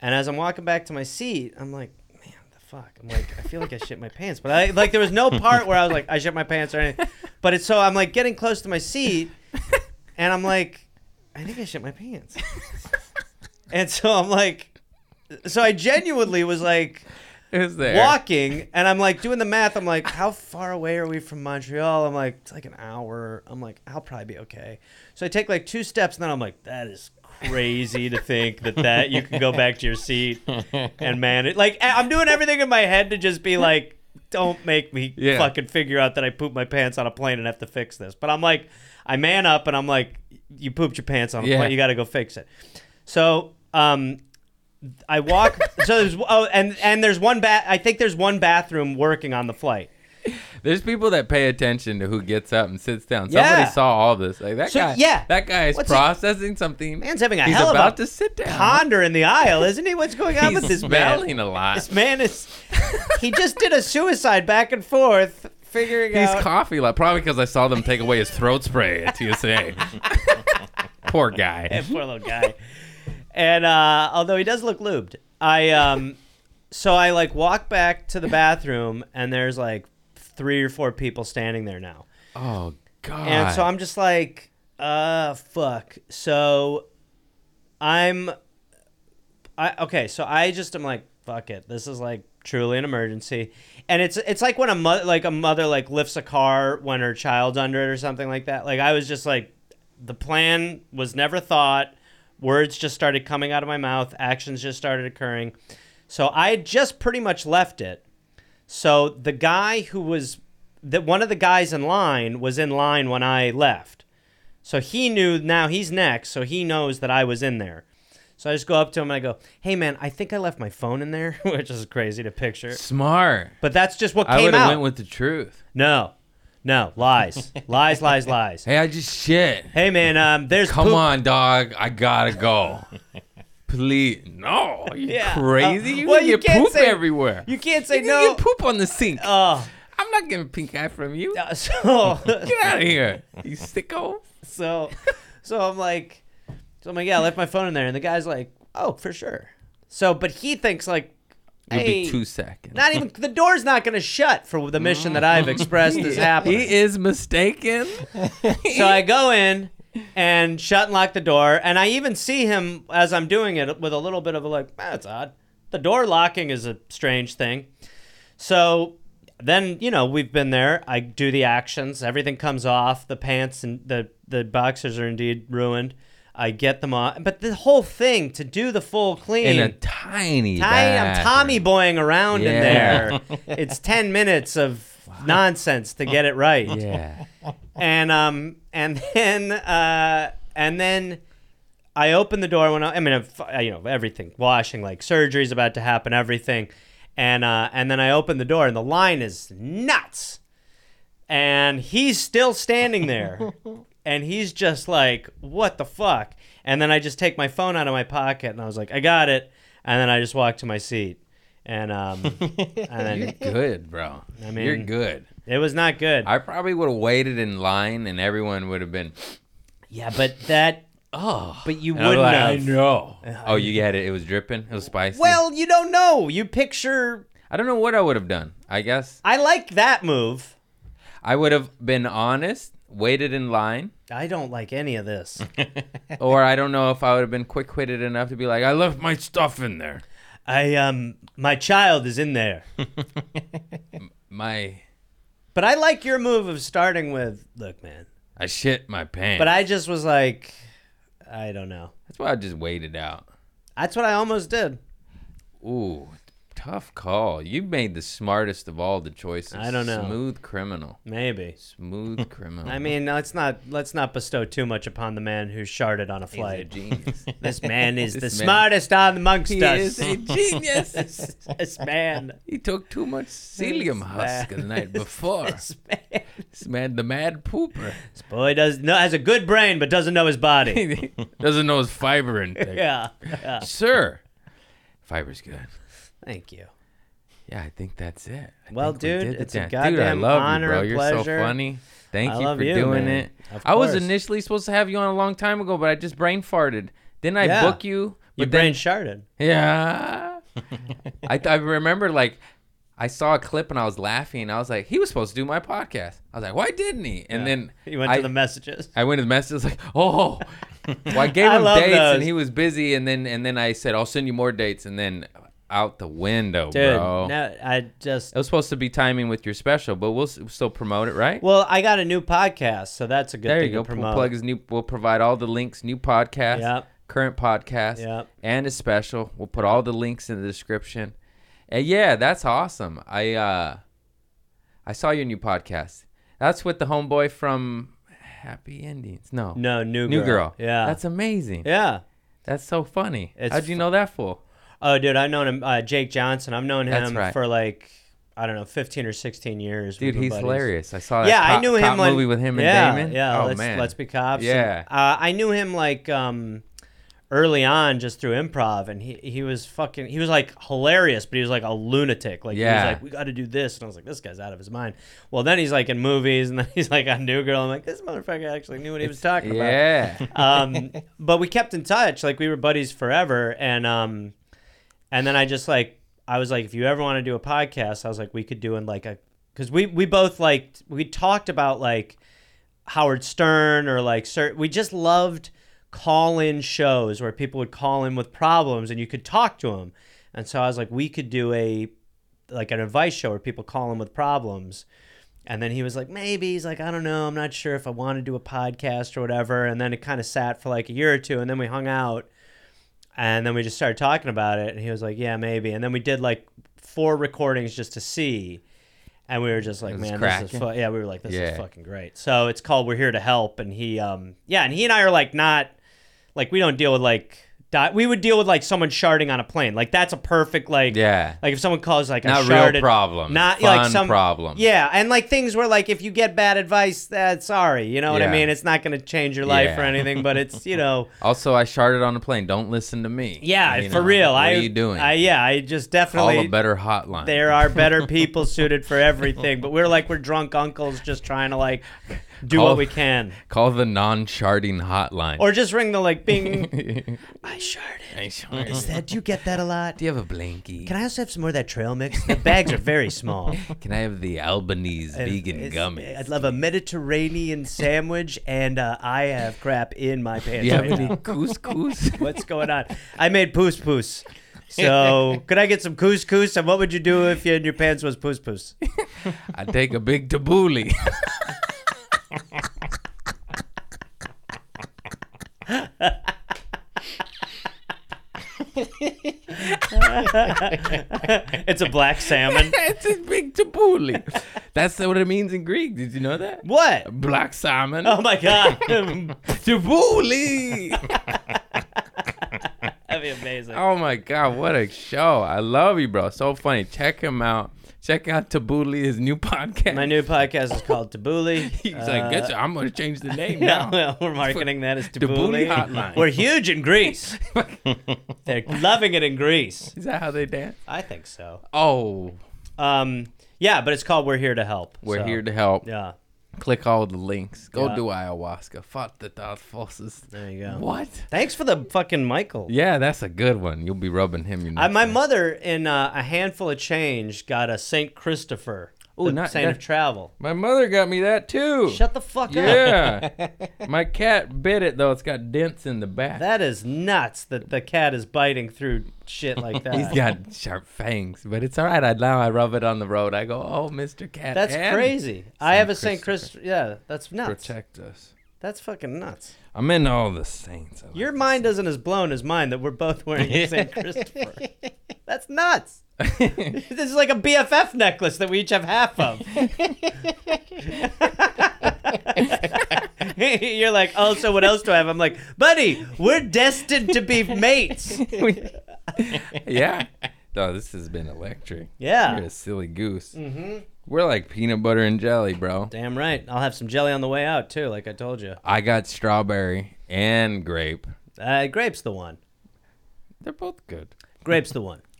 And as I'm walking back to my seat, I'm like, man, the fuck. I'm like, I feel like I shit my pants. But I, like, there was no part where I was like, I shit my pants or anything. But it's so I'm like getting close to my seat. And I'm like, I think I shit my pants. And so I'm like, so I genuinely was like, Who's there? walking and I'm like doing the math. I'm like, how far away are we from Montreal? I'm like, it's like an hour. I'm like, I'll probably be okay. So I take like two steps and then I'm like, that is crazy to think that that you can go back to your seat and man it. Like I- I'm doing everything in my head to just be like, don't make me Yeah. fucking figure out that I pooped my pants on a plane and have to fix this. But I'm like, I man up and I'm like, you pooped your pants on a Yeah. plane. You got to go fix it. So um, I walk. so there's oh, and and there's one bath. I think there's one bathroom working on the flight. There's people that pay attention to who gets up and sits down. Somebody Yeah. saw all this. Like that So, guy. yeah. That guy is What's he- processing something. Man's having a He's hell of about a to sit down. Ponder in the aisle, isn't he? What's going on He's with this smelling man? a lot. This man is. He just did a suicide back and forth, figuring He's out. coughing like probably because I saw them take away his throat spray at TSA. Poor guy. poor little guy. and uh, although he does look lubed, I um, so I like walk back to the bathroom, and there's like three or four people standing there now. Oh God. And so I'm just like, uh, fuck. So I'm, I okay. So I just am like, fuck it. This is like truly an emergency, and it's it's like when a mother like a mother like lifts a car when her child's under it or something like that. Like I was just like, the plan was never thought. Words just started coming out of my mouth. Actions just started occurring. So I had just pretty much left it. So the guy who was that one of the guys in line was in line when I left. So he knew now he's next, so he knows that I was in there. So I just go up to him and I go, "Hey man, I think I left my phone in there," which is crazy to picture. smart. But that's just what I came would out. have went with the truth. no. No, lies. lies, lies, lies. Hey, I just shit. Hey man, um there's Come poop- on, dog. I gotta go. Please, no. Are you Yeah. crazy? Uh, you well, can you get can't poop say- everywhere. You can't say You can no. get poop on the sink. Oh. I'm not getting pink eye from you. uh, so Get out of here, you sicko. So, so I'm like, so I'm like, yeah, I left my phone in there, and the guy's like, oh, for sure. So, but he thinks like, It'll hey, be two seconds. not even the door's not gonna shut for the mission that I've expressed is happening. He is mistaken. So I go in and shut and lock the door, and I even see him as I'm doing it with a little bit of a like, "Ah, that's odd. The door locking is a strange thing. So then, you know, we've been there. I do the actions. Everything comes off. The pants and the, the boxers are indeed ruined. I get them off. But the whole thing to do the full clean. in a tiny. I am Tommy boying around Yeah. in there. It's 10 minutes of nonsense to get it right bathroom. Yeah. and um and then uh and then I opened the door when I, I mean I've- I, you know everything washing like surgery's about to happen everything and uh and then I opened the door and the line is nuts and he's still standing there and he's just like what the fuck and then I just take my phone out of my pocket and I was like I got it and then I just walk to my seat and um and then You're good, bro. I mean- You're good. it was not good I probably would have waited in line, and everyone would have been. yeah but that Oh, but you And I was wouldn't like, have I know. Oh, you had it. It was dripping. It was spicy. Well, you don't know. You picture. I don't know what I would have done. I guess I like that move. I would have been honest, waited in line, I don't like any of this. or I don't know if I would have been quick-witted enough to be like, I left my stuff in there. I um, my child is in there. My, But I like your move of starting with, look, man. I shit my pants. But I just was like, I don't know. That's why I just waited out. That's what I almost did. Ooh, tough call. You made the smartest of all the choices. I don't know. Smooth criminal. Maybe. Smooth criminal. I mean, let's not let's not bestow too much upon the man who sharded on a he's a flight. genius. This man is This the man- smartest on amongst he us. is a genius. this man. he took too much psyllium husk the night before. This man. This man, the mad pooper, This boy does no has a good brain, but doesn't know his body. doesn't know his fiber intake. yeah. yeah. Sir, fiber's good. Thank you. Yeah, I think that's it. I Well, think we dude, did the it's a jam. dude, I goddamn love honor you, bro. and You're pleasure. so funny. Thank I you love for you, doing man. it. Of I was course. initially supposed to have you on a long time ago, but I just brain farted. Then I Yeah. book you. Your But then, brain sharded. yeah. I, th- I remember like I saw a clip and I was laughing. I was like, he was supposed to do my podcast. I was like, why didn't he? And then You went I, to the messages. I went to the messages like, oh. Well, I gave I him love dates those. and he was busy, and then and then I said I'll send you more dates, and then out the window, Dude, bro. no, I just. It was supposed to be timing with your special, but we'll s- still promote it, right? Well, I got a new podcast, so that's a good there thing you go. to promote. We'll plug his new. We'll provide all the links, new podcast, Yep. current podcast, Yep. and his special. We'll put all the links in the description. And yeah, that's awesome. I uh, I saw your new podcast. That's with the homeboy from Happy Endings. No, no, new New Girl. Yeah, that's amazing. yeah. That's so funny. It's How'd you fu- know that for? Oh, dude, I've known him, uh, Jake Johnson. I've known That's him right. for like I don't know, fifteen or sixteen years. Dude, We've been he's buddies. hilarious. I saw that. Yeah, I cop- knew him cop on movie with him and yeah, Damon. Yeah, oh let's, man, let's be cops. and, Yeah. uh, I knew him like um, early on just through improv, and he he was fucking he was like hilarious, but he was like a lunatic. Like he Yeah. was like, we got to do this, and I was like, this guy's out of his mind. Well, then he's like in movies, and then he's like on New Girl. I'm like, this motherfucker actually knew what he was talking about yeah. um, but we kept in touch. Like we were buddies forever. And um, and then I just like I was like, if you ever want to do a podcast, I was like, we could do in like a because we we both liked we talked about like Howard Stern or like cer we just loved call in shows where people would call in with problems and you could talk to them. And so I was like, we could do a like an advice show where people call in with problems. And then he was like, maybe he's like, I don't know, I'm not sure if I want to do a podcast or whatever. And then it kind of sat for like a year or two, and then we hung out, and then we just started talking about it. And he was like, yeah, maybe. And then we did like four recordings just to see, and we were just like, It was man, this is cracking. fu-. yeah, we were like, this Yeah. is fucking great. So it's called We're Here to Help, and he, um, yeah, and he and I are like not like we don't deal with like di- we would deal with like someone sharding on a plane, like that's a perfect like Yeah. like if someone calls like Not a real sharded, problems, not like fun some problems. yeah, and like things where like if you get bad advice, that's sorry, you know what I Yeah. mean. It's not going to change your life or Yeah. anything, but it's you know, Also, I sharded on a plane. Don't listen to me. yeah, You for know, real. What I, are you doing? I, yeah, I just Call a definitely better hotline. there are better people suited for everything, but we're like we're drunk uncles just trying to like do Call- what we can, Call the non-sharding hotline. or just ring the like bing. do I sharded. Is that do you get that a lot? you have a blankie? Can I also have some more of that trail mix? The bags are very small. Can I have the Albanese And vegan it's- gummies? I'd love a Mediterranean sandwich, and uh, I have crap in my pants. Do you have right any now. couscous? What's going on? I made poos poos. So could I get some couscous? And what would you do if you in your pants was poos poos? I take a big tabbouleh. it's a black salmon. it's a big tabbouleh. That's what it means in Greek. Did you know that? What? Black salmon. Oh my god! Tabbouleh. That'd be amazing. Oh my god, what a show. I love you, bro. So funny. Check him out. Check out Tabuli, his new podcast. My new podcast is called Tabbouleh. He's like, "Guess I'm gonna change the name Yeah, now. well, we're marketing that as Tabbouleh Tabbouleh. Hotline. We're huge in Greece. They're loving it in Greece. Is that how they dance? I think so. Oh, Um, yeah, but it's called We're Here to Help. we're so, here to help. Yeah, Click all the links. Go Yeah. do ayahuasca. Fuck the thought forces. there you go. What? Thanks for the fucking Michael. Yeah, that's a good one. You'll be rubbing him. Your I, my mother, in uh, a handful of change, got a Saint Christopher, Ooh, the not- saint that- of travel. my mother got me that too. Shut the fuck up. yeah. my cat bit it though. It's got dents in the back. That is nuts. That the cat is biting through shit like that. He's got sharp fangs, but it's all right. I now I rub it on the road. I go, oh, Mister Cat. that's and crazy. I have a Saint Christopher. Christopher. Yeah, that's nuts. Protect us. That's fucking nuts. I'm in all the saints. I Your mind isn't as blown as mine that we're both wearing a Saint Christopher. That's nuts. like- This is like a BFF necklace that we each have half of. You're like, oh, so what else do I have? I'm like, buddy, we're destined to be mates. yeah. No, this has been electric. You're Yeah. a silly goose. Mm-hmm. We're like peanut butter and jelly, bro. Damn right. I'll have some jelly on the way out, too, like I told you. I got strawberry and grape. Uh, grape's the one. They're both good. Grape's the one.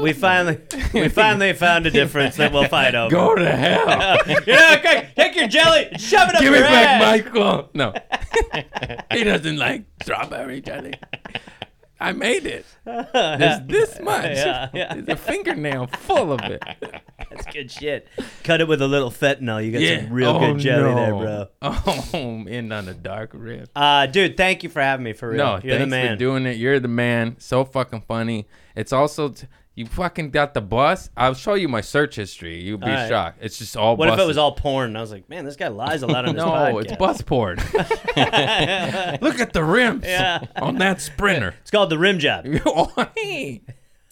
We finally we finally found a difference that we'll fight over. Go to hell. yeah, okay. Take your jelly and shove it up Give your it back, ass. Michael. No. he doesn't like strawberry jelly. I made it. There's this much. Yeah, yeah. There's a fingernail full of it. That's good shit. Cut it with a little fentanyl. You got some real Oh, good jelly there, no. bro. Oh, I'm in on a dark rib. Uh, dude, thank you for having me for real. No, You're thanks the man. for doing it. You're the man. So fucking funny. It's also t- You fucking got the bus. I'll show you my search history. You'll be All right. shocked. It's just all. What if it buses. was all porn? And I was like, man, this guy lies a lot on his No, podcast. it's bus porn. Look at the rims Yeah. on that Sprinter. It's called the rim job. Oi.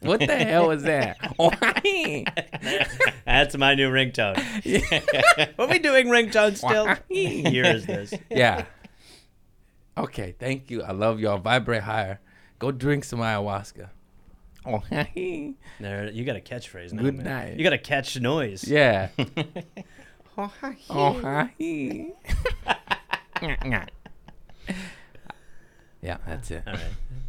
what the hell is that? Oi. That's my new ringtone. Are we doing ringtone still? Why? What year is this? yeah. Okay, thank you. I love y'all. Vibrate higher. Go drink some ayahuasca. Oi. There, you got a catchphrase now. Good man. night. You got a catch noise. yeah. Oi. yeah, that's it. All right.